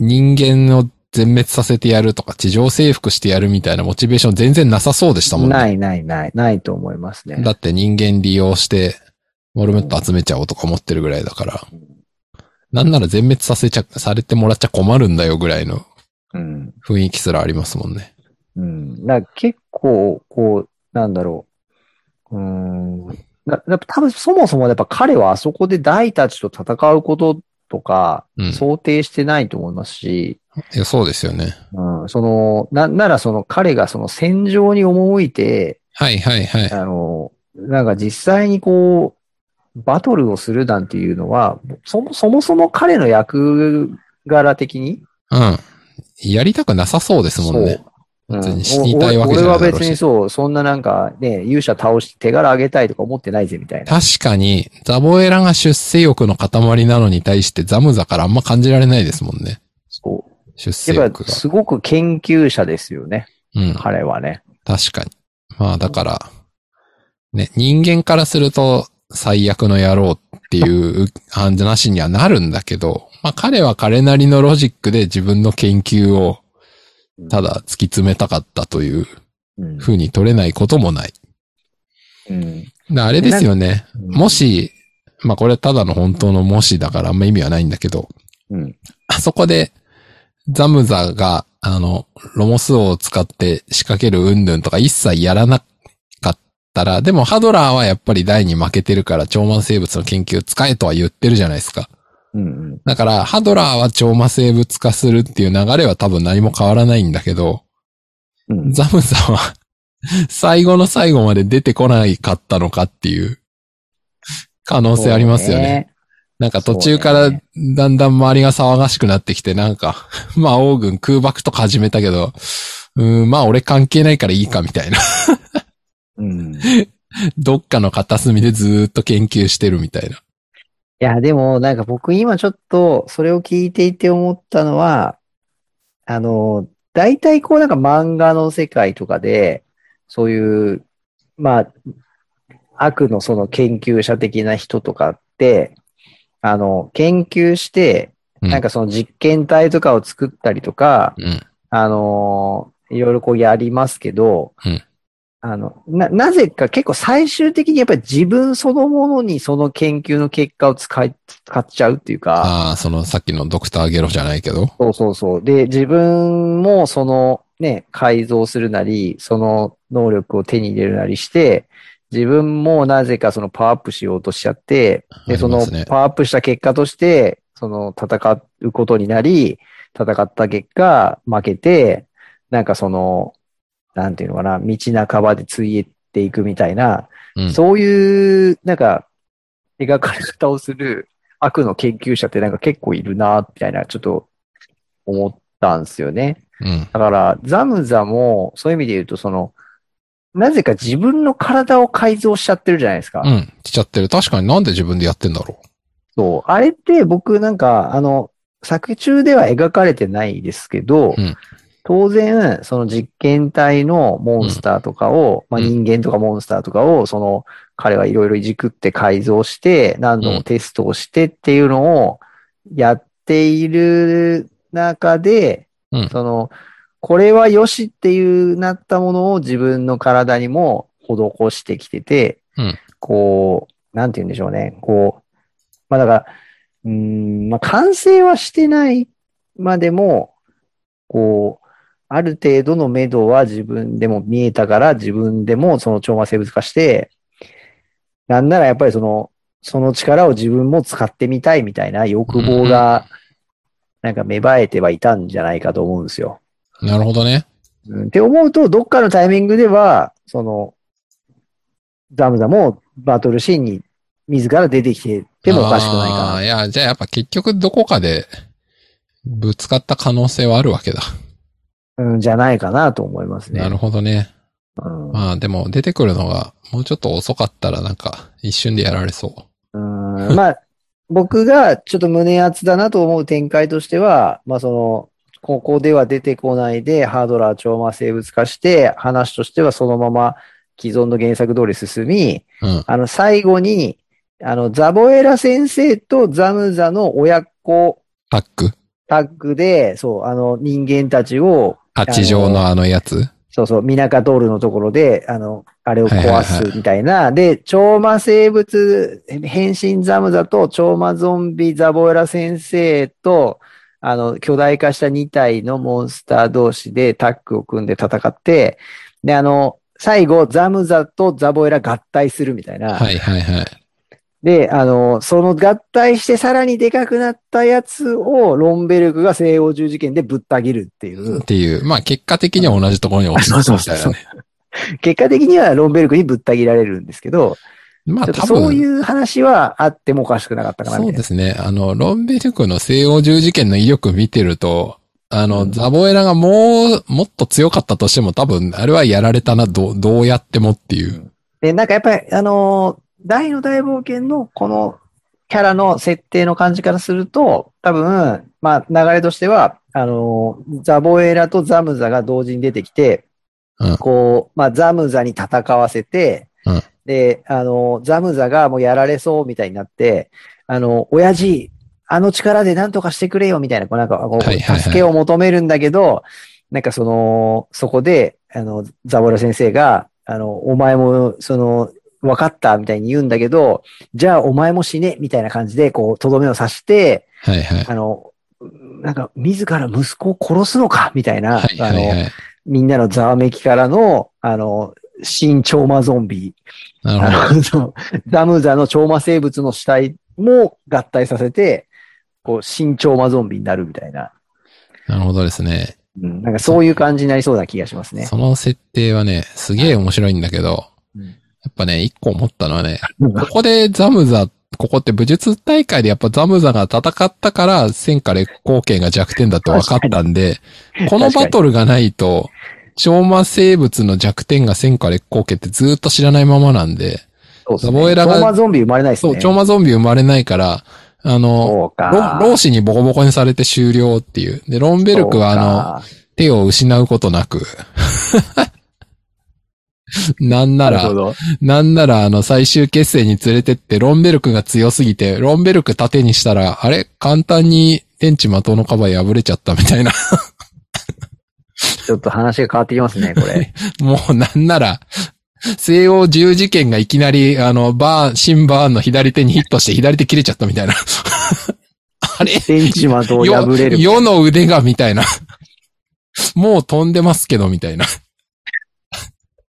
人間を全滅させてやるとか、地上征服してやるみたいなモチベーション全然なさそうでしたもんね。ないないない、ないと思いますね。だって人間利用して、モルモット集めちゃおうとか思ってるぐらいだから。なんなら全滅させちゃ、されてもらっちゃ困るんだよぐらいのうん。雰囲気すらありますもんね。うん。だから結構、こう、なんだろう。うーん。なやっぱ多分そもそもやっぱ彼はあそこで大たちと戦うこととかうん。い想定してないと思いますし、やそうですよね。うん、その、な、ならその彼がその戦場に赴いて、はいはいはい。あの、なんか実際にこう、バトルをするなんていうのは、そもそもそも彼の役柄的に、うん。やりたくなさそうですもんね。そう。別に死にたいわけじゃないだろうし俺は別にそう、そんななんかね、勇者倒して手柄あげたいとか思ってないぜみたいな。確かに、ザボエラが出世欲の塊なのに対してザムザからあんま感じられないですもんね。そう。出世やっ欲ぱがり。すごく研究者ですよね、うん。彼はね。確かに。まあだから、ね、人間からすると最悪の野郎っていう話にはなるんだけど、まあ彼は彼なりのロジックで自分の研究をただ突き詰めたかったといううん。風に取れないこともない。うん。であれですよね。うんも、し、まあこれただの本当のもしだからあんま意味はないんだけど、うん。あそこでザムザがあの、ロモス王を使って仕掛ける云々とか一切やらなかったら、でもハドラーはやっぱり大に負けてるから超魔生物の研究使えとは言ってるじゃないですか。うん。だから、ハドラーは超魔生物化するっていう流れは多分何も変わらないんだけど、うん。ザムザは、最後の最後まで出てこないかったのかっていう、可能性ありますよね。なんか途中からそうだねんだん周りが騒がしくなってきて、なんか、 まあ王軍空爆とか始めたけど、うーん、まあ俺関係ないからいいかみたいな。 そうね。うん。どっかの片隅でずーっと研究してるみたいな。いや、でも、なんか僕今ちょっと、それを聞いていて思ったのは、あの、大体こうなんか漫画の世界とかで、そういう、まあ、悪のその研究者的な人とかって、あの、研究して、うんなんかその実験体とかを作ったりとか、うん。あのーいろいろこうやりますけど、うんあの、な、なぜか結構最終的にやっぱり自分そのものにその研究の結果を使い、使っちゃうっていうか、ああ、そのさっきのドクターゲロじゃないけど。そうそうそう。で、自分もそのね、改造するなり、その能力を手に入れるなりして、自分もなぜかそのパワーアップしようとしちゃって、あで、りそまのすねパワーアップした結果として、その戦うことになり、戦った結果、負けて、なんかその、なんていうのかな、道半ばでついていくみたいな、うんそういう、なんか、描かれ方をする悪の研究者ってなんか結構いるな、みたいな、ちょっと思ったんですよね。うん。だから、ザムザも、そういう意味で言うと、その、なぜか自分の体を改造しちゃってるじゃないですか。うん。しちゃってる。確かになんで自分でやってんだろそう。あれって僕なんか、あの、作中では描かれてないですけど、うん当然、その実験体のモンスターとかを、まあ、うん人間とかモンスターとかを、その、彼はいろいろいじくって改造して、何度もテストをしてっていうのをやっている中で、うんその、これは良しっていうなったものを自分の体にも施してきてて、うんこう、なんて言うんでしょうね、こう、まあだから、うーん、まあ完成はしてないまでも、こう、ある程度の目処は自分でも見えたから、自分でもその超魔生物化して、なんならやっぱりその、その力を自分も使ってみたいみたいな欲望が、なんか芽生えてはいたんじゃないかと思うんですよ。う。なるほどね。うん、って思うと、どっかのタイミングでは、その、ザムザもバトルシーンに自ら出てきててもおかしくないかあーな。いや、じゃあやっぱ結局どこかでぶつかった可能性はあるわけだ。うん、じゃないかなと思いますね。なるほどね。うんまあでも出てくるのがもうちょっと遅かったらなんか一瞬でやられそう。うんまあ、 僕がちょっと胸熱だなと思う展開としては、まあその、ここでは出てこないで、ハードラー超魔生物化して、話としてはそのまま既存の原作通り進み、うん。あの、最後に、あの、ザボエラ先生とザムザの親子タックタッグで、そう、あの、人間たちを、八条のあのやつそうそう、ミナカドールのところで、あの、あれをはいは壊いはすみたいな。で、超魔生物、変身ザムザと超魔ゾンビザボエラ先生と、あの、巨大化した2体のモンスター同士でタッグを組んで戦って、で、あの、最後、ザムザとザボエラ合体するみたいな。はいはいはい。で、あの、その合体してさらにでかくなったやつをロンベルクが西欧十字剣でぶった切るっていう っ。ていう。まあ結果的には同じところに落ちたみたいなそうそうそうね。結果的にはロンベルクにぶった切られるんですけど、まちょあっと多そうい分、う話はあってもおかしくなかったかなそみうたいでな。すね。あの、ロンベルクの西欧十字剣の威力見てると、あの、うんザボエラがもう、もっと強かったとしても多分、あれはやられたな、どう、どうやってもっていう。で、なんかやっぱり、あのー大の大冒険のこのキャラの設定の感じからすると、多分、まあ流れとしては、あのーザボエラとザムザが同時に出てきて、うんこう、まあザムザに戦わせて、うんで、あの、ザムザがもうやられそうみたいになって、あの、親父、あの力で何とかしてくれよみたいな、こうなんか、こうはいはいはい助けを求めるんだけど、なんかその、そこで、あの、ザボラ先生が、あの、お前も、その、分かったみたいに言うんだけど、じゃあお前も死ねみたいな感じで、こう、とどめを刺して、はいはい。あの、なんか、自ら息子を殺すのかみたいな、はいはあいの、はい。みんなのざわめきからの、あの、新超魔ゾンビ。なるほど。あの、その ザムザの超魔生物の死体も合体させて、こう、新超魔ゾンビになるみたいな。なるほどですね。うん、なんかそういう感じになりそうな気がしますね。その設定はね、すげえ面白いんだけど、うんやっぱね、一個思ったのはね、うんここでザムザ、ここって武術大会でやっぱザムザが戦ったから、戦火烈光剣が弱点だって分かったんで、このバトルがないと、超魔生物の弱点が戦火烈光剣ってずーっと知らないままなんで、そうですザボエね。ラ超が魔ゾンビ生まれないですそね。う、超魔ゾンビ生まれないから、あの、そうロか。老子にボコボコにされて終了っていう。で、ロンベルクはあの、の、手を失うことなく、 なんななるほら、ど。なんならあの最終決戦に連れてってロンベルクが強すぎて、ロンベルク盾にしたら、あれ簡単に天地的のカバー破れちゃったみたいな。 ちょっと話が変わってきますね、これ。もうなんなら、西欧十字剣がいきなり、あの、バーン、新バーンの左手にヒットして左手切れちゃったみたいな。 あれ電池窓を世破れる。世の腕がみたいな。もう飛んでますけどみたいな。 ち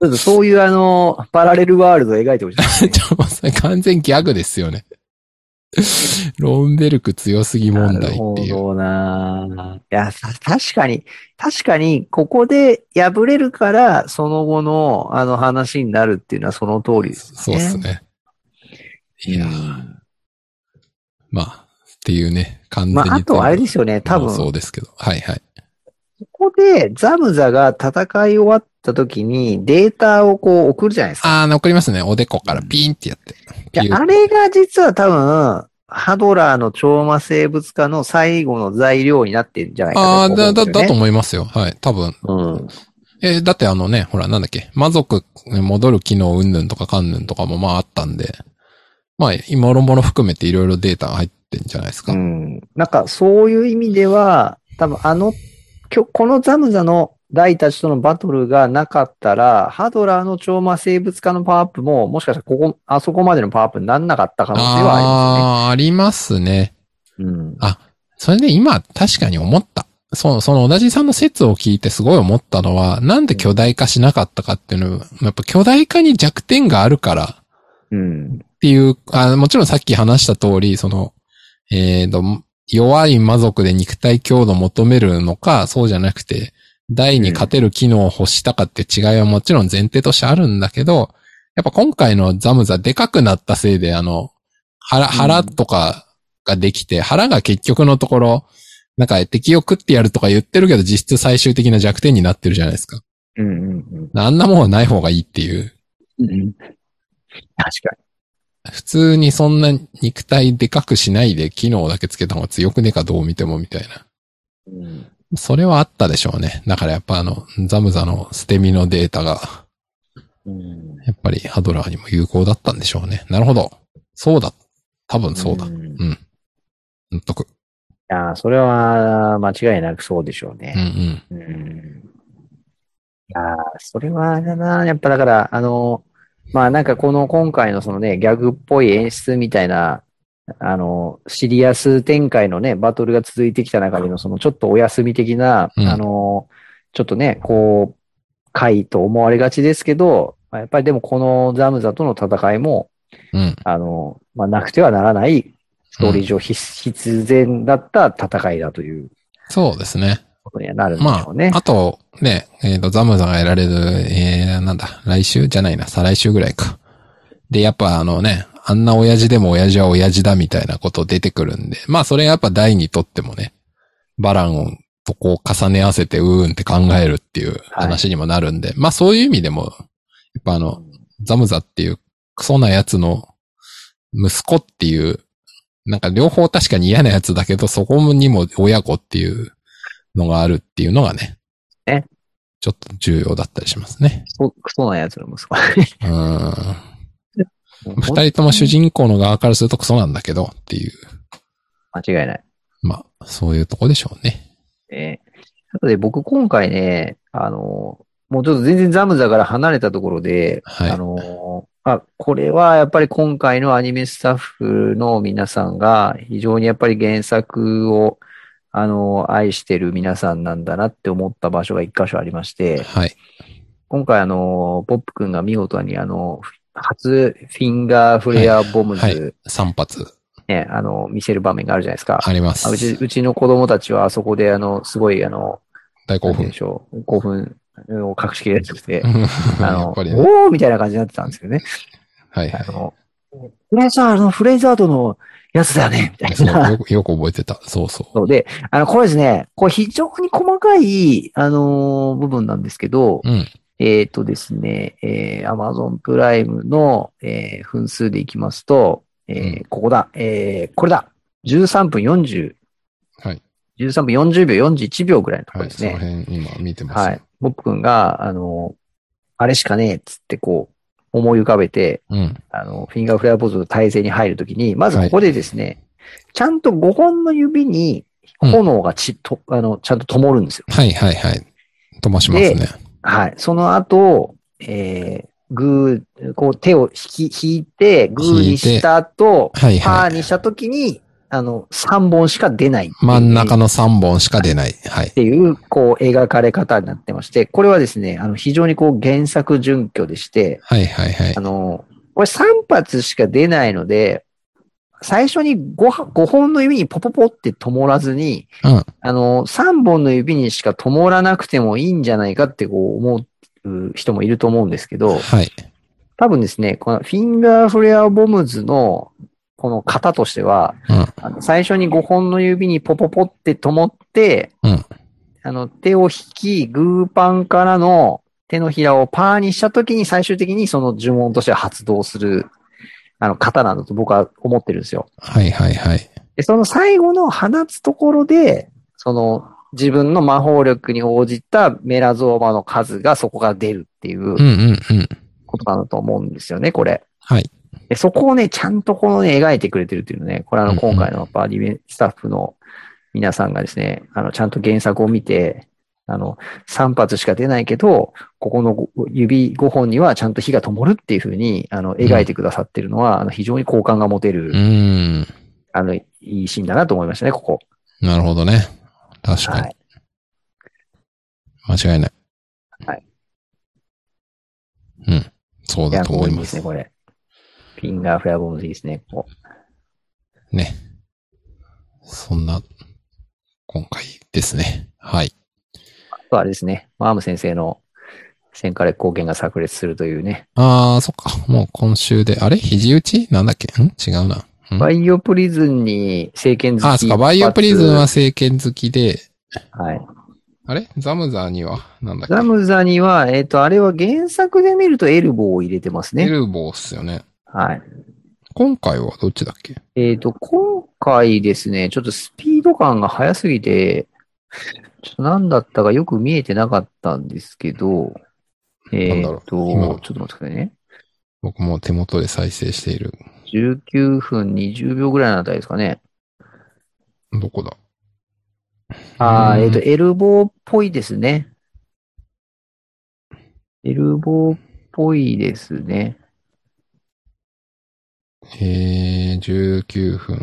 ょっとそういうあの、パラレルワールドを描いてほしいですね。ちょもうそれ完全ギャグですよね。ロンベルク強すぎ問な題るっほていう。どなぁいや、た確かに、確かに、ここで破れるから、その後の、あの話になるっていうのはその通りですね。そうですね。いやーうんまあ、っていうね、完全に。まあ、あとあれですよね、多まあそう分、ですけど。はいはい。ここでザムザが戦い終わった時に、データをこう送るじゃないですか。あー、送りますね。おでこからピーンってやって。いやピューあれが実は多分、ハドラーの超魔生物化の最後の材料になってるんじゃないかあー、と思うだ、だ、んですよねだと思いますよ。はい。多分。うん。えーだってあのね、ほら、なんだっけ、魔族に戻る機能云々とかかんぬんとかもまああったんで、まあ、今ろもろ含めていろいろデータが入ってんじゃないですか。うん。なんか、そういう意味では、多分あの、きょこのザムザのダイたちとのバトルがなかったら、ハドラーの超魔生物化のパワーアップも、もしかしたらここ、あそこまでのパワーアップにならなかった可能性はああー、ありますね。りますよね。うん。それで今、確かに思った。そう、その、同じさんの説を聞いてすごい思ったのは、なんで巨大化しなかったかっていうのは、やっぱ巨大化に弱点があるから、うん。っていう、あもちろんさっき話した通り、その、えー、と、弱い魔族で肉体強度を求めるのか、そうじゃなくて、大に勝てる機能を欲したかって違いはもちろん前提としてあるんだけど、やっぱ今回のザムザでかくなったせいで、あの、腹、腹とかができて、腹が結局のところ、なんか敵を食ってやるとか言ってるけど、実質最終的な弱点になってるじゃないですか。うんうんあんなもんはない方がいいっていう。うん。うん確か普通にそんな肉体でかくしないで機能だけつけた方が強くねえかどう見てもみたいな。に。うんそれはあったでしょうね。だからやっぱあの、ザムザの捨て身のデータが、うん。やっぱりハドラーにも有効だったんでしょうね。なるほど。そうだ。多分そうだ。んい納得。やー、それは間違いなくそうでしょうね。うんうん。うんいやーそれはあれだな、やっぱだから、あの、まあなんかこの今回のそのね、ギャグっぽい演出みたいな、あの、シリアス展開のね、バトルが続いてきた中でのそのちょっとお休み的な、うんあの、ちょっとね、こう、回と思われがちですけど、まあやっぱりでもこのザムザとの戦いも、うん。あの、まあなくてはならない、ストーリー上必必然だった戦いだというそうですね。ことにはなるんでしまょうねあ、。あと、ね、えっ、と、ザムザが得られる、えー、なんだ、来週じゃないな、再来週ぐらいか。で、やっぱあのね、あんな親父でも親父は親父だみたいなこと出てくるんで、まあそれやっぱ第にとってもね、バランをとこう重ね合わせてうーんって考えるっていう話にもなるんで、まあそういう意味でも、やっぱあの、ザムザっていうクソなやつの息子っていう、なんか両方確かに嫌なやつだけど、そこにも親子っていうのがあるっていうのがね。ねちょっと重要だったりしますね。そクソなやつの息子。うーん。二人とも主人公の側からするとクソなんだけどっていう、間違いない。まあ、そういうとこでしょうね。えー、なので僕今回ね、あのー、もうちょっと全然ザムザから離れたところで、はいあのー、あ、これはやっぱり今回のアニメスタッフの皆さんが非常にやっぱり原作を、あのー、愛してる皆さんなんだなって思った場所が一箇所ありまして、はい。今回あのー、ポップ君が見事にあのー、初フィンガーフレアボムズ、はい三発ね、あのー、見せる場面があるじゃないですか。ありますあ。うち、うちの子供たちはあそこであの、すごいあの、大興なんて言う奮んで。しょう。興奮を隠しきれなくて、 あやの、っぱりね。おーみたいな感じになってたんですけどね。はいあはの、フレイザー、あの、フレイザードのやつだよね、みい。たそいうな。よく、よく覚えてた。そうそう。そうで、あの、これですね、これ非常に細かい、あのー部分なんですけど、うん。えっ、とですね、えー、Amazon プライムの、えー分数でいきますと、えーうんここだ、えー、これだ、13分40、はい。 13分40秒、41秒ぐらいのとこはろでい。すそのね。辺、今見てます。はい。。ボップ君が、あの、あれしかねえっつってこう、思い浮かべて、うん。あの、フィンガーフレアポーズの体勢に入るときに、まずここでですね、ちゃんと5本の指に炎がち、と、あの、ちゃんと灯るんですよ。はいはいはい。飛ばしますね。はい。その後、えー、グー、こう手を引き、引いて、グーにした後、はいパはーにい。したときに、あの、3本しか出ないっていう真ん中の三本しか出ない。はいっ。ていう、こう、描かれ方になってまして、これはですね、あの、非常にこう、原作準拠でして、はいはいはいあ。の、これ3発しか出ないので、最初に 5, 5本の指にポポポって灯らずに、うん。あの、3本の指にしか灯らなくてもいいんじゃないかってこう思う人もいると思うんですけど、はい。多分ですね、このフィンガーフレアボムズのこの型としては、うん。あの最初に5本の指にポポポって灯って、うんあの、手を引き、グーパンからの手のひらをパーにしたときに最終的にその呪文として発動する、あの、型なんだと僕は思ってるんですよ。はいはいはい。で、その最後の放つところで、その、自分の魔法力に応じたメラゾーマの数がそこが出るっていううんうんうん。ことなんだと思うんですよね、これ。はい。でそこをね、ちゃんとこのね、描いてくれてるっていうね、これあうの、んうん今回のやっぱアニメスタッフの皆さんがですね、あの、ちゃんと原作を見て、あの、3発しか出ないけど、ここのご指5本にはちゃんと火が灯るっていうふうに、あの、描いてくださってるのは、あの、非常に好感が持てる、うーん。あの、いいシーンだなと思いましたね、ここ。なるほどね。確かはに。い。間違いない。はい。うん。そういだや、とここ思いいいまですすね、。これ。フィンガーフェアボムズいいですね、ここ。ね。そんな、今回ですね。はい。あとあれですね、マーム先生の戦火力貢献が炸裂するというね、あー、そっか。もう今週で、あれ肘打ちなんだっけん違うな。んバイオプリズンに政権好き。あー、そっか。バイオプリズンは。聖剣好きで、はい。あれザムザーには、なんだっけザムザには、えっ、と、あれは原作で見るとエルボーを入れてますエね。ルボーっすよね。はい。今回はどっちだっけえっ、と、今回ですね、ちょっとスピード感が速すぎて、ちょっと何だったかよく見えてなかったんですけど、えなんっ、だろうと、ち今ょっと待ってくださいね。僕も手元で再生している。 19分20秒ぐらいのあたりですかね。どこだああ、うんえっ、と、エルボーっぽいですね。エルボーっぽいですね。えー、19分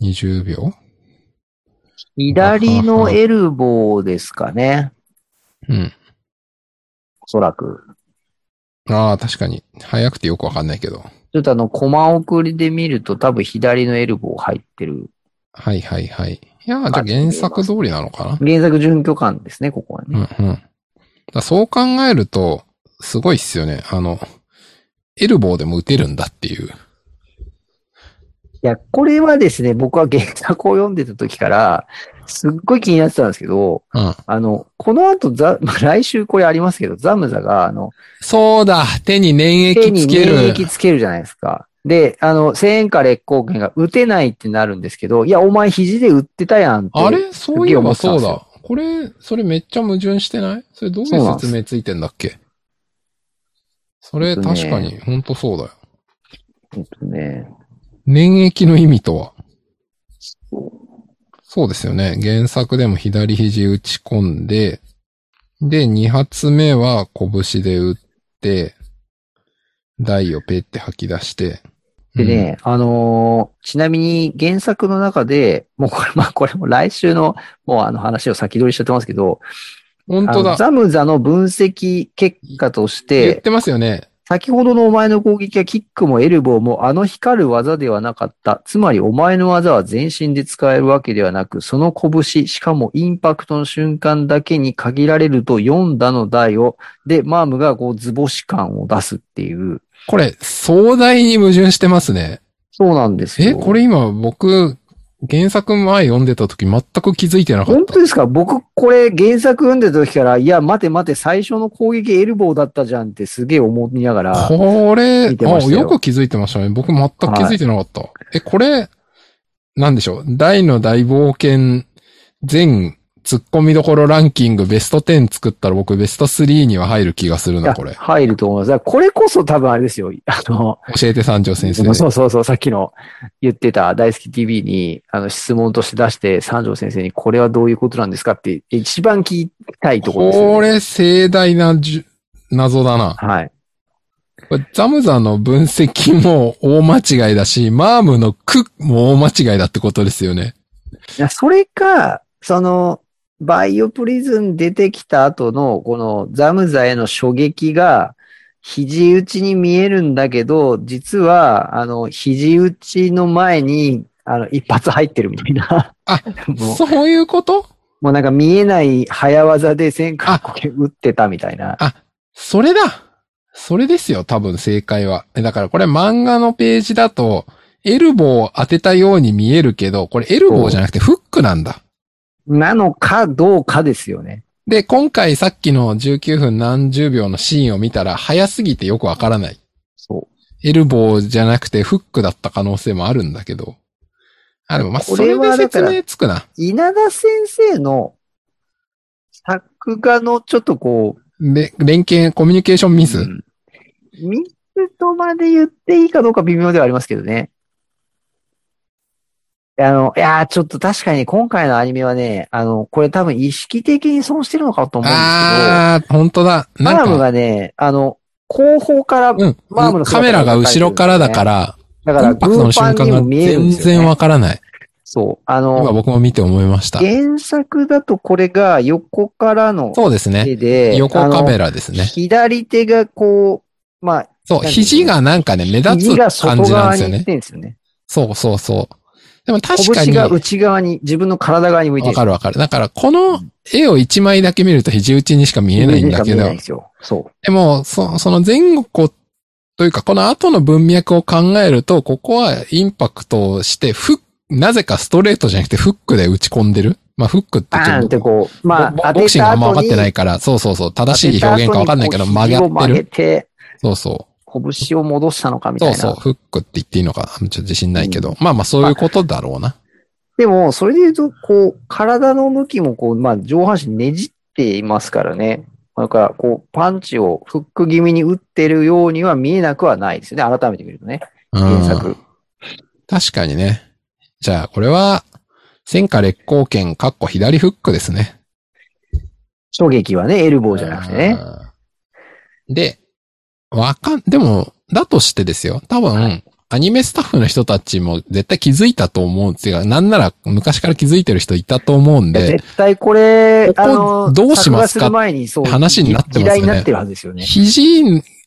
20秒左のエルボーですかね。うん。おそらく。ああ、確かに。早くてよくわかんないけど。ちょっとあの、コマ送りで見ると多分左のエルボー入ってる。はいはいはい。いやーまあじゃあ原作通りなのか原作準拠感ですね、ここはね。なうんうん。だそう考えると、すごいっすよね。あの、エルボーでも打てるんだっていう。いや、これはですね、僕は原作を読んでた時から、すっごい気になってたんですけど、うん。あの、この後ザ、まあ来週これありますけど、ザムザが、あの、そうだ手に粘手液につける免疫つけるじゃないですか。で、あの、千円か劣行券が打てないってなるんですけど、いや、お前肘で打ってたやんって。あれそういえばそうすげえ思だ。これ、それめっちゃ矛盾してないそれどういそううなんです説明ついてんだっけそれえっとね確かに、ほんとそうだよ。えっとね、粘液の意味とはうそうですよね。原作でも左肘打ち込んで、で、2発目は拳で打って、台をペって吐き出して。でね、あのーちなみに原作の中で、もうこれ、まあこれも来週の、もうあの話を先取りしちゃってますけど、うん、あ本当のだ。ザムザの分析結果とし、言っててますよね。先ほどのお前の攻撃はキックもエルボーもあの光る技ではなかった。つまりお前の技は全身で使えるわけではなく、その拳、しかもインパクトの瞬間だけに限られると4打の台を、で、マームがこう図星感を出すっていう。これ、壮大に矛盾してますね。そうなんですよ。え、これ今僕、原作前読んでた時全く気づいてなかっ本た当。ですか僕、これ原作読んでた時から、いや、待て待て、最初の攻撃エルボーだったじゃんってすげえ思いながら、これ、あ見てましたよよく気づいてましたね。僕全く気づいてなかった。え、これ、なんでしょう。大の大冒険、全突っ込みどころランキングベスト10作ったら僕ベスト3には入る気がするいな、やこれ。入ると思います。だからこれこそ多分あれですよ。あの、教えて三条先生。そうそうそう、さっきの言ってた大好き TV に、あの、質問として出して、三条先生にこれはどういうことなんですかって、一番聞きたいところですよね、これ盛大なじゅ謎だな。はい。これザムザの分析も大間違いだし、マームのクも大間違いだってことですよね。いや、それか、その、バイオプリズン出てきた後の、このザムザへの衝撃が、肘打ちに見えるんだけど、実は、あの、肘打ちの前に、あの、一発入ってるみたいな。あ もう、そういうこともうなんか見えない早技で先回こけ打ってたみたいな。あ、それだそれですよ、多分正解は。えだからこれ漫画のページだと、エルボーを当てたように見えるけど、これエルボーじゃなくてフックなんだ。なのかどうかですよね。で、今回さっきの19分何十秒のシーンを見たら、早すぎてよくわからない。そエルボーじゃなくてフックだった可能性もあるんだけど。あ、でもまあ、こそれれはでだか説ら明つくな。う。稲田先生の作画のちょっとこう、で、連携、コミュニケーションミス。うんミスとまで言っていいかどうか微妙ではありますけどね。あの、いやーちょっと確かに今回のアニメはね、あの、これ多分意識的に損してるのかと思うんですあー、本当だ。けど、なマんームか、がね、あの、後方から、うんマームの姿が描いてるんですねカメラが後ろからだから、だかコら、ンパグクトのーパ瞬ン間にもが見えるん全ですよ、ね。然わからない。そう。あ今の、僕も見て思いました。原作だとこれが横からのそうですね。絵で、横あのカメラですね。左手がこう、まあ、そう、肘がなんかね、目立肘がつ感外じなん側ですによ行っね。てんですよね。そうそうそう。でも確か拳に、がわ内側に、自分の体側に向いてる。かるわかる。だから、この絵を一枚だけ見ると肘打ちにしか見えないんだけ見えどないん、ですよ。そでも、そその前後、というか、この後の文脈を考えると、ここはインパクトをして、フック、なぜかストレートじゃなくてフックで打ち込んでるまあ、フックってう。バちょーンっってと、こう、まあ、ボ当ボクてシングたあんま後分かに、ってないから、そうそうそう、正しい表現か分かんないけど、曲当てた後にこうがってる。肘を曲げて、そう拳を戻したのかみたいそう。な。そうそう、フックって言っていいのか、ちょっと自信ないけど。まあまあ、そういうことだろうな。でも、それで言うと、こう、体の向きもこう、まあ、上半身ねじっていますからね。だから、こう、パンチをフック気味に打ってるようには見えなくはないですよね。改めて見るとね。うん原作。確かにね。じゃあ、これは、戦火烈光剣、かっこ左フックですね。衝撃はね、エルボーじゃなくてね。うん。で、わかん、でも、だとしてですよ。多分、アニメスタッフの人たちも絶対気づいたと思う。ていうか、なんなら昔から気づいてる人いたと思うんいやで、絶対これ、ここあの、どうしますか作画る前にそう話になってますよね議題になってるはずですよね。肘、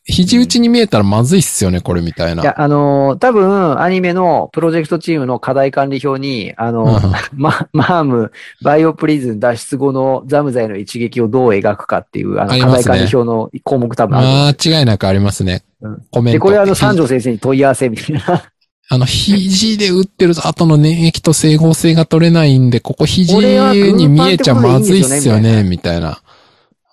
肘打ちに見えたらまずいっすよね、これみたいいやな。、あのー多分、アニメのプロジェクトチームの課題管理表に、あのーま、マーム、バイオプリズン脱出後のザムザへの一撃をどう描くかっていう、あの、あり課ま題すね管理表の項目多分あると思うん間で違いなくありますねうん。コメンす。で、ト。これはあの、肘三条先生に問い合わせみたいな。あの、肘で打ってる後の粘液と整合性が取れないんで、ここ肘に見えちゃまずいっすよね、みたいな。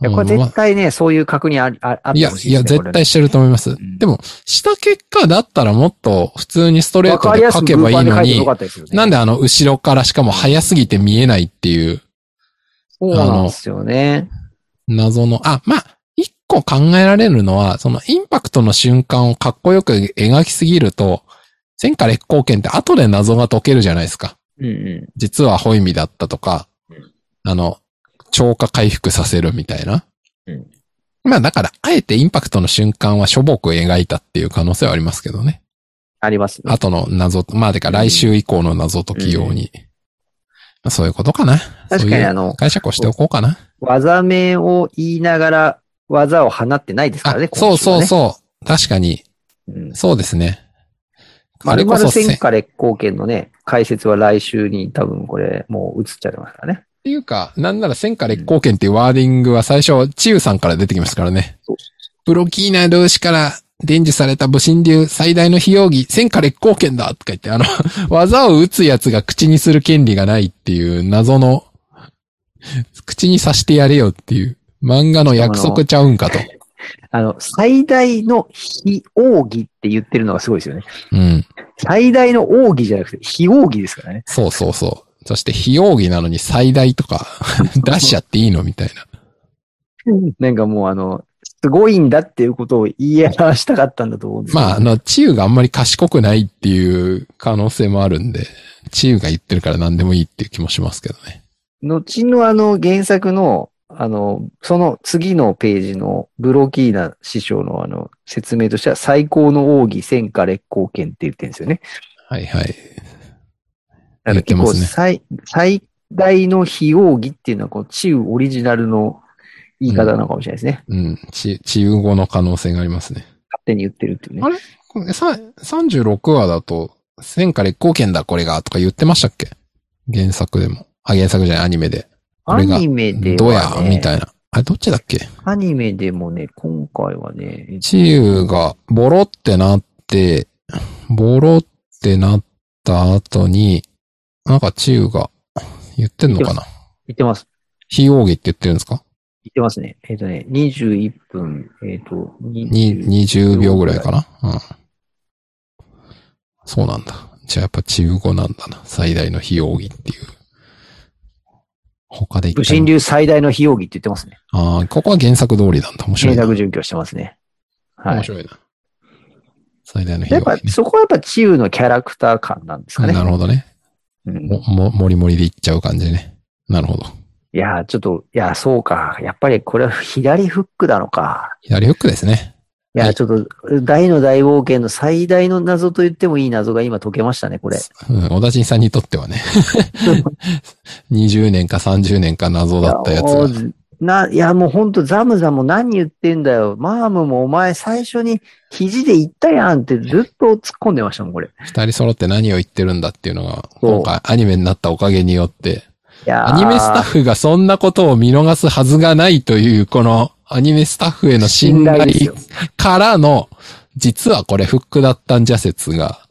いやこれうんま絶対ね、そういう確認あり、ああっいてやほ、しいいや、ですねこれ絶対してると思います。んでも、した結果だったらもっと普通にストレーね。わトかりでやす書くけばいい文の版で書いてよにか、ったですよねなんであの、後ろからしかも早すぎて見えないっていう、そうなんですよね。謎の、あ、まあ、一個考えられるのは、そのインパクトの瞬間をかっこよく描きすぎると、戦火烈光剣って後で謎が解けるじゃないですか。うんう実はホイミだったとかうん、あの、超過回復させるみたいな。うんまあだから、あえてインパクトの瞬間はしょぼく描いたっていう可能性はありますけどね。ありますね。後の謎、まあ、てか来週以降の謎解き用に。まあそういうことかな。確そうかいにうあの、解釈をしておこうかな。技名を言いながら技を放ってないですからね。あそうそうそう。確かに、う。うん、そうですね。あまれるこまそるせん、っ戦火烈光剣のね、解説は来週に多分これもう映っちゃいますからね。ていうか、なんなら戦火烈光剣っていうワーディングは最初、チウさんから出てきますからねそう。プロキーナ同士から伝授された武神流最大の非容疑、戦火烈光剣だとか言って、あの、 技を打つやつが口にする権利がないっていう謎の、口にさしてやれよっていう、漫画の約束ちゃうんかと。あの、最大の非奥義って言ってるのがすごいですよね。うん。最大の奥義じゃなくて非奥義ですからね。そうそうそう。そして非容疑なのに最大とか 出しちゃっていいのみたいな。なんかもうあの、すごいんだっていうことを言い表したかったんだと思うんですけどまあ、あの、チウがあんまり賢くないっていう可能性もあるんで、チウが言ってるから何でもいいっていう気もしますけどね。後のあの原作の、あの、その次のページのブロキーナ師匠のあの説明としては最高の奥義戦火烈光剣って言ってるんですよね。はいはい。だから結言っ構てますね最、最大の非奥義っていうのはこうチウオリジナルの言い方なのかもしれないですね。うん。チチウ語の可能性がありますね。勝手に言ってるっていうねあ。これさ36話だと、戦火烈光剣だこれがとか言ってましたっけ原作でも。あ、原作じゃない、アニメで。こアれがニメでどうやは、ね、みたいな。あれどっちだっけアニメでもね、今回はね、えっとチーウがボロってなって、ボロってなった後に、なんかチーウが言ってんのかな言ってます。非奥義って言ってるんですか言ってますね。えっ、とね、21分、えっ、と、に20 ?20 秒ぐらいかなうん。そうなんだ。じゃあやっぱチーウ語なんだな。最大の非奥義っていう。他で言武って神流最大の非奥義って言ってますね。ああ、ここは原作通りなんだ。面白原いな。作準拠してますね。は面い。白いな。最大の非やっ奥ぱ義、ね。そこはやっぱチウのキャラクター感なんですかね。なるほどね。うんも、も、もりもりでいっちゃう感じね。なるほど。いやー、ちょっと、いやー、そうか。やっぱりこれは左フックなのか。左フックですね。いやはー、いちょっと、大の大冒険の最大の謎と言ってもいい謎が今解けましたね、これ。うん、小田人さんにとっては ね。20年か30年か謎だったやついやが。ーな、いや、もうほんとザムザム何言ってんだよ。マームもお前最初に肘で言ったやんってずっと突っ込んでましたもん、これ。い二人揃って何を言ってるんだっていうのが、そう今回アニメになったおかげによって、やーアニメスタッフがそんなことを見逃すはずがないという、このアニメスタッフへの信信頼です頼よからの、実はこれフックだったんじゃ説が、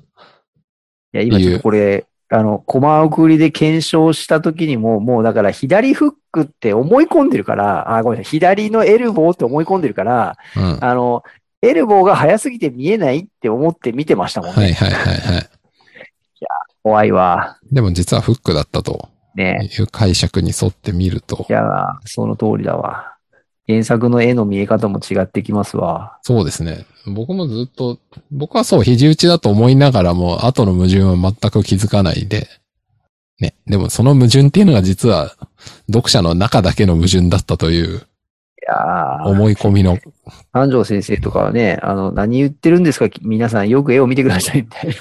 いや、今ちょっとこれ、あの、コマ送りで検証した時にも、もうだから左フックって思い込んでるから、あ、ごめんなさい、左のエルボーって思い込んでるから、うん。あの、エルボーが早すぎて見えないって思って見てましたもんね。はいはいはいはい。怖いわ。でも実はフックだったとねいう解釈に沿ってみるとい、やー、その通りだわ。原作の絵の見え方も違ってきますわ。そうですね。僕もずっと、僕はそう、肘打ちだと思いながらも、後の矛盾は全く気づかないで、ね。でもその矛盾っていうのが実は、読者の中だけの矛盾だったという、いやー、思い込みの、安城先生とかはね、あの、何言ってるんですか皆さんよく絵を見てくださいみたいな。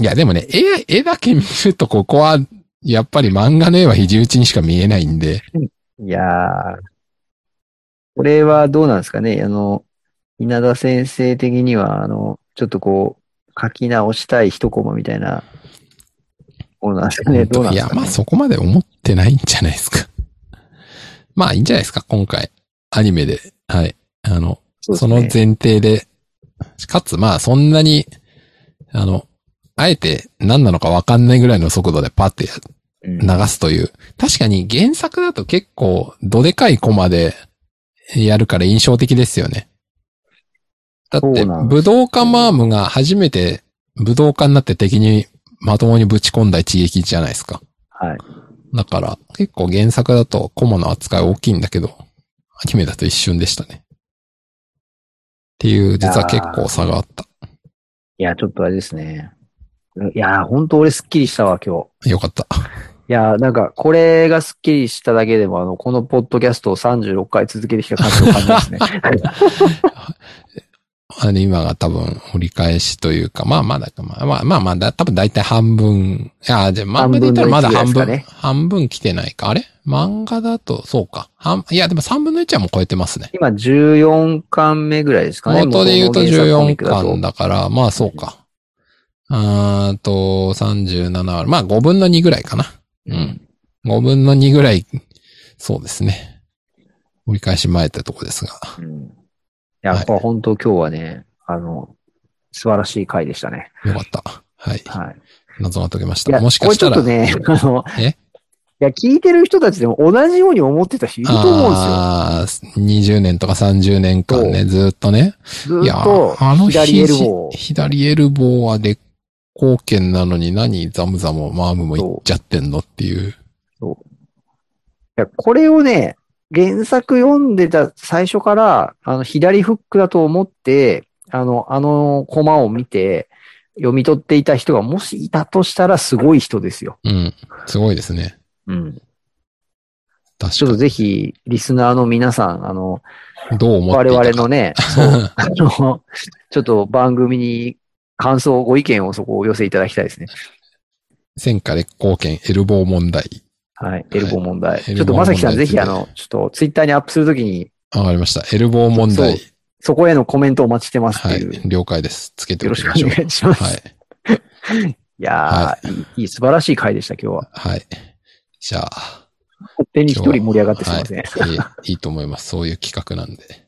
いや、でもね、絵、絵だけ見ると、ここは、やっぱり漫画の絵は肘打ちにしか見えないんで、いやー、これはどうなんですかねあの、稲田先生的には、あの、ちょっとこう、書き直したい一コマみたいな、ものなんですかねどうなんいですや、かねまあそこまで思ってないんじゃないですか。まあいいんじゃないですか、今回、アニメで。はい。あの、そうですそねの前提で、かつ、まあ、そんなに、あの、あえて何なのかわかんないぐらいの速度でパッてうん流すという。確かに原作だと結構、どでかいコマでやるから印象的ですよね。だっそてうなん、で武す道家マームが初めて武道家になって敵にまともにぶち込んだ一撃じゃないですか。はい。だから、結構原作だとコマの扱い大きいんだけど、アニメだと一瞬でしたね。ていう、実は結構差があった。いや、ちょっとあれですね。いや、本当俺スッキリしたわ、今日。よかった。いや、なんか、これがスッキリしただけでも、あの、このポッドキャストを36回続けてきた感じを感じますね。あの、今が多分、折り返しというか、まあまだか、まあまあまあまあだ、多分大体半分、いや、じゃあ漫画で言ったらまだ半半分、分の一ぐらいです半分来てないか。あれ漫画だと、そうか。半、いや、でも3分の1はもう超えてますね。今14巻目ぐらいですかね。元で言うと元の原作コミ14ックだと巻だから、まあそうか。あーと、37ある。まあ5分の2ぐらいかな。うん。5分の2ぐらい、そうですね。折り返し前ってとこですが。うん。いや、はいこれ本当今日はね、あの、素晴らしい回でしたね。よかった。はい。はい。謎が解けましいた。や、もしかしたら。これちょっとね、あの、えいや、聞いてる人たちでも同じように思ってた人いると思うんああ、20年とか30年間ね、そずーっとね。ですよ。いずやっと、ー、あの左エル肘ボー左エルボーは劣行圏なのに何ザムザムマームもいっちゃってんのっていう。いや、これをね、原作読んでた最初から、あの、左フックだと思って、あの、あのコマを見て、読み取っていた人がもしいたとしたらすごい人ですよ。うん。すごいですね。うん。確ちょっかとぜひ、リスナーの皆さん、あの、に。どう思って我いたか々のね、そう、あ の、ちょっと番組に感想、ご意見をそこをお寄せいただきたいですね。戦火劣行圏エルボー問題。はい。エルボー問題。エルボーちょっとまさきさん、問題ぜですねひ、あの、ちょっとツイッターにアップするときに、わかりました。エルボー問題。そこへのコメントをお待ちしてますっはていう。い。了解です。つけてよおろきしくおましょう。願いします。、はいい。やー、いい、いい素晴らしい回でした、今日は。はい。じゃあ。勝手に一人盛り上がってすいません。はい、いいいいと思います。そういう企画なんで。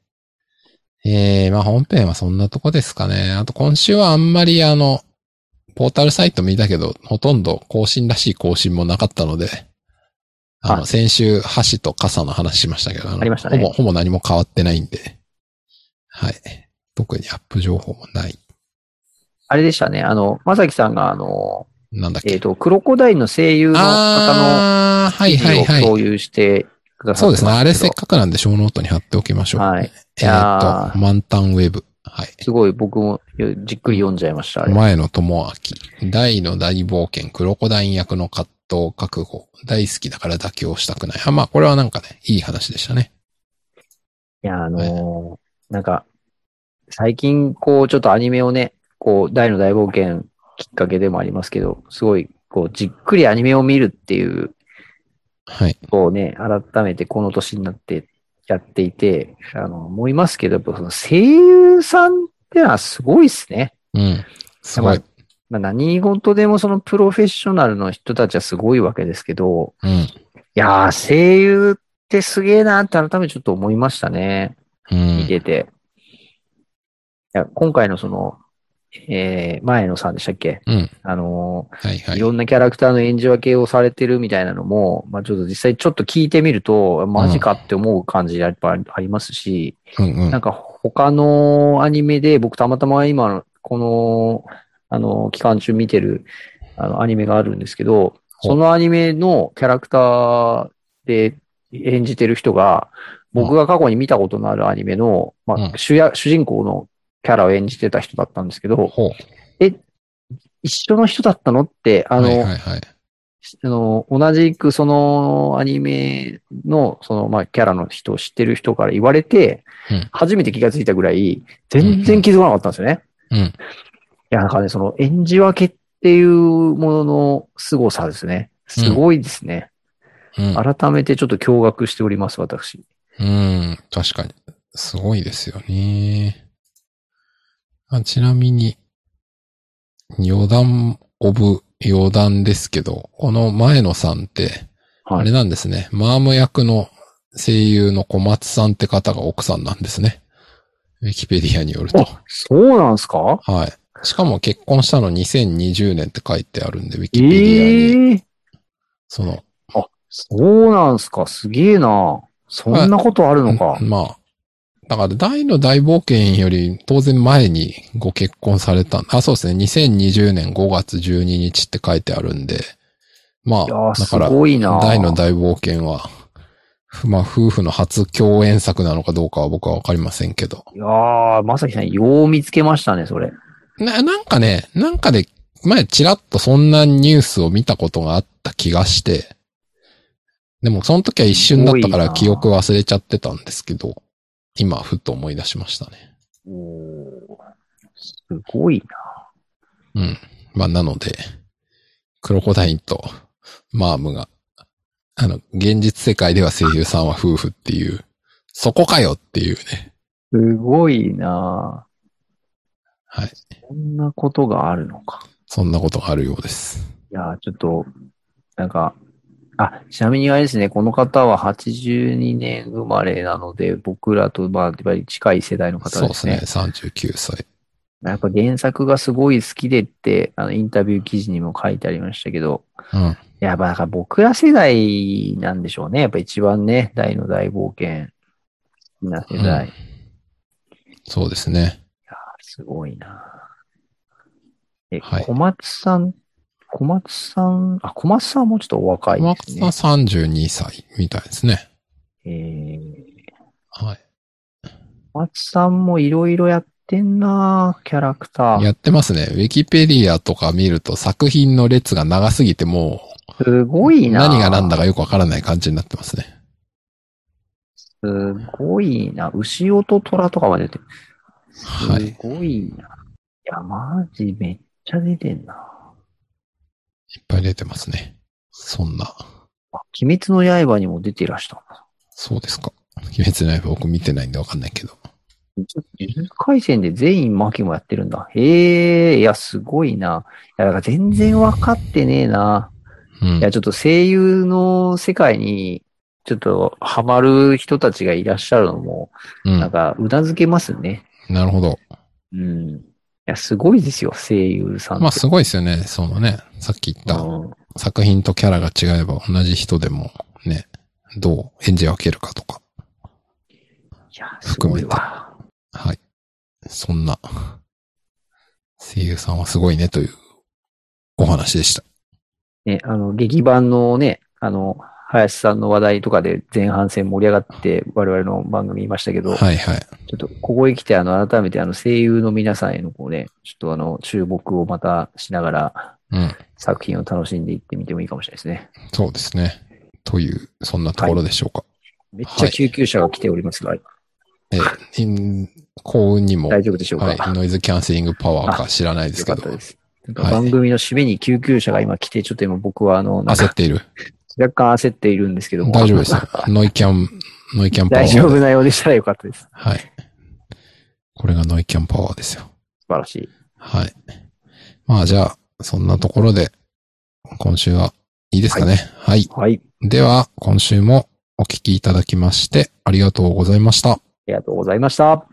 えー、まあ本編はそんなとこですかね。あと今週はあんまりあの、ポータルサイト見たけど、ほとんど更新らしい更新もなかったので、あの、あ先週、箸と傘の話しましたけど、のありましたねほぼ、ほぼ何も変わってないんで、はい。特にアップ情報もない。あれでしたね、あの、まさきさんが、あの、なんだっけ。えっ、と、クロコダイルの声優の方あー、はのい記はいは事い。を共有してくださそっうてですすね。まあれせっけかくなんで小ノートに貼っておきましょどう。はい。えっ、やと、ー満タンウェブ。はい。すごい僕もよじっくり読んじゃいました、あれ。前野智明、大の大冒険、クロコダイン役の葛藤、覚悟、大好きだから妥協したくない。あ、まあ、これはなんかね、いい話でしたね。いや、あのーなんか、最近、こう、ちょっとアニメをね、こう、大の大冒険きっかけでもありますけど、すごい、こう、じっくりアニメを見るっていうはい。ことをね、改めてこの年になってやっていて、あの、思いますけど、やっぱその声優さんってのはすごいですね。うん。すごい。まあ、何事でもそのプロフェッショナルの人たちはすごいわけですけど、うん。いやー、声優ってすげえなって改めてちょっと思いましたね。う見ん。てて。いや今回のその、えー、前野さんでしたっけうん。あのはいー、はいい。ろんなキャラクターの演じ分けをされてるみたいなのも、まあちょっと実際ちょっと聞いてみると、マジかって思う感じやっぱありますし、うんうん。なはんか他のアニメで僕たまたま今の、この、あの、期間中見てる、あの、アニメがあるんですけど、ほうそのアニメのキャラクターで演じてる人が、僕が過去に見たことのあるアニメの、まうんあ、主役、主人公のキャラを演じてた人だったんですけど、ほう。一緒の人だったのって、あの、はいはいはい。あの、同じくそのアニメの、その、まあ、キャラの人を知ってる人から言われて、うん初めて気がついたぐらい、全然気づかなかったんですよね。うんいや、なんかね、その演じ分けっていうものの凄さですね。すごいですね。うん。改めてちょっと驚愕しております、私。うん。確かに。すごいですよね。あちなみに、余談、オブ、余談ですけど、この前野さんって、はいあれなんですね。マーム役の声優の小松さんって方が奥さんなんですね。ウィキペディアによると。あ、そうなんすかはい。しかも結婚したの2020年って書いてあるんで、ウィキペディアに。ええその、そうなんすかすげえな。そんなことあるのか。まあ。だから、大の大冒険より当然前にご結婚された。あ、そうですね。2020年5月12日って書いてあるんで。まいやあ、ーだすから、ごいな。大の大冒険は、まあ、夫婦の初共演作なのかどうかは僕はわかりませんけど。いやー、まさきさん、よう見つけましたね、それ。な、なんかね、なんかで、前ちらっとそんなニュースを見たことがあった気がして、でもその時は一瞬だったかすらごいな記憶忘れちゃってたんですけど、今ふっと思い出しましたね。おすごいな。うん。まあなので、クロコダインとマームが、あの、現実世界では声優さんは夫婦っていう、そこかよっていうね。すごいな。はい。こんなことがあるのか。そんなことがあるようです。いやー、ちょっと、なんか、あ、ちなみにあれですね、この方は82年生まれなので、僕らと、まあ、やっぱり近い世代の方そうでですすね。ね。39歳。やっぱ原作がすごい好きでって、あの、インタビュー記事にも書いてありましたけど、うん。やっぱ、だから僕ら世代なんでしょうね。やっぱ一番ね、大の大冒険な世代。うんそうですね。すごいな。え、はい小松さん、小松さん、あ、小松さんもちょっとお若いマですッね。クさん32歳みたいですね。えーはい。小松さんもいろいろやってんなキャラクタやー。ってますね。ウィキペディアとか見ると作品の列が長すぎてもすごう、いな何が何だかよくわからない感じになってますね。すごいな牛尾と虎とかまで出てる。はすい。ごいな。いや、マジめっちゃ出てんな。いっぱい出てますね。そんな。あ鬼滅の刃にも出ていらしたんだ。そうですか。鬼滅の刃僕見てないんでわかんないけど。呪術回戦で全員マキもやってるんだ。へえ、いや、すごいな。いや、だから全然わかってねえな。うんいや、。ちょっと声優の世界に、ちょっとハマる人たちがいらっしゃるのも、うんなんか、うなずけますね。なるほど。うん。いや、すごいですよ、声優さんって。まあすごいですよね。そのね、さっき言ったうん作品とキャラが違えば同じ人でもね、どう演じ分けるかとか。いや、すごいわ。はい。そんな、声優さんはすごいねというお話でした。ね、あの、劇版のね、あの、林さんの話題とかで前半戦盛り上がって我々の番組いましたけはど、いはい。ちょっとここへ来てあの、改めてあの、声優の皆さんへのこうね、ちょっとあの、注目をまたしながらうん。作品を楽しんでいってみてもいいかもしれないですね。そうですね。という、そんなところでしょうか。めっちゃ救急車が来ておりますが、えー、幸運にも、大丈夫でしょうか、はい、ノイズキャンセリングパワーか知らないですよけかっどた、です。なんはかい番組の締めに救急車が今来て、ちょっと今僕はあの、なん焦かっている。若干焦っているんですけども。大丈夫ですよ。ノイキャン、ノイキャンパワー。 大丈夫なようでしたらよかったです。素はい。これがノイキャンパワーですよ。晴らしい。はい。まあじゃあ、そんなところで、今週はいいですかね。はいはい。では、今週もお聞きいただきまして、ありがとうございました。ありがとうございました。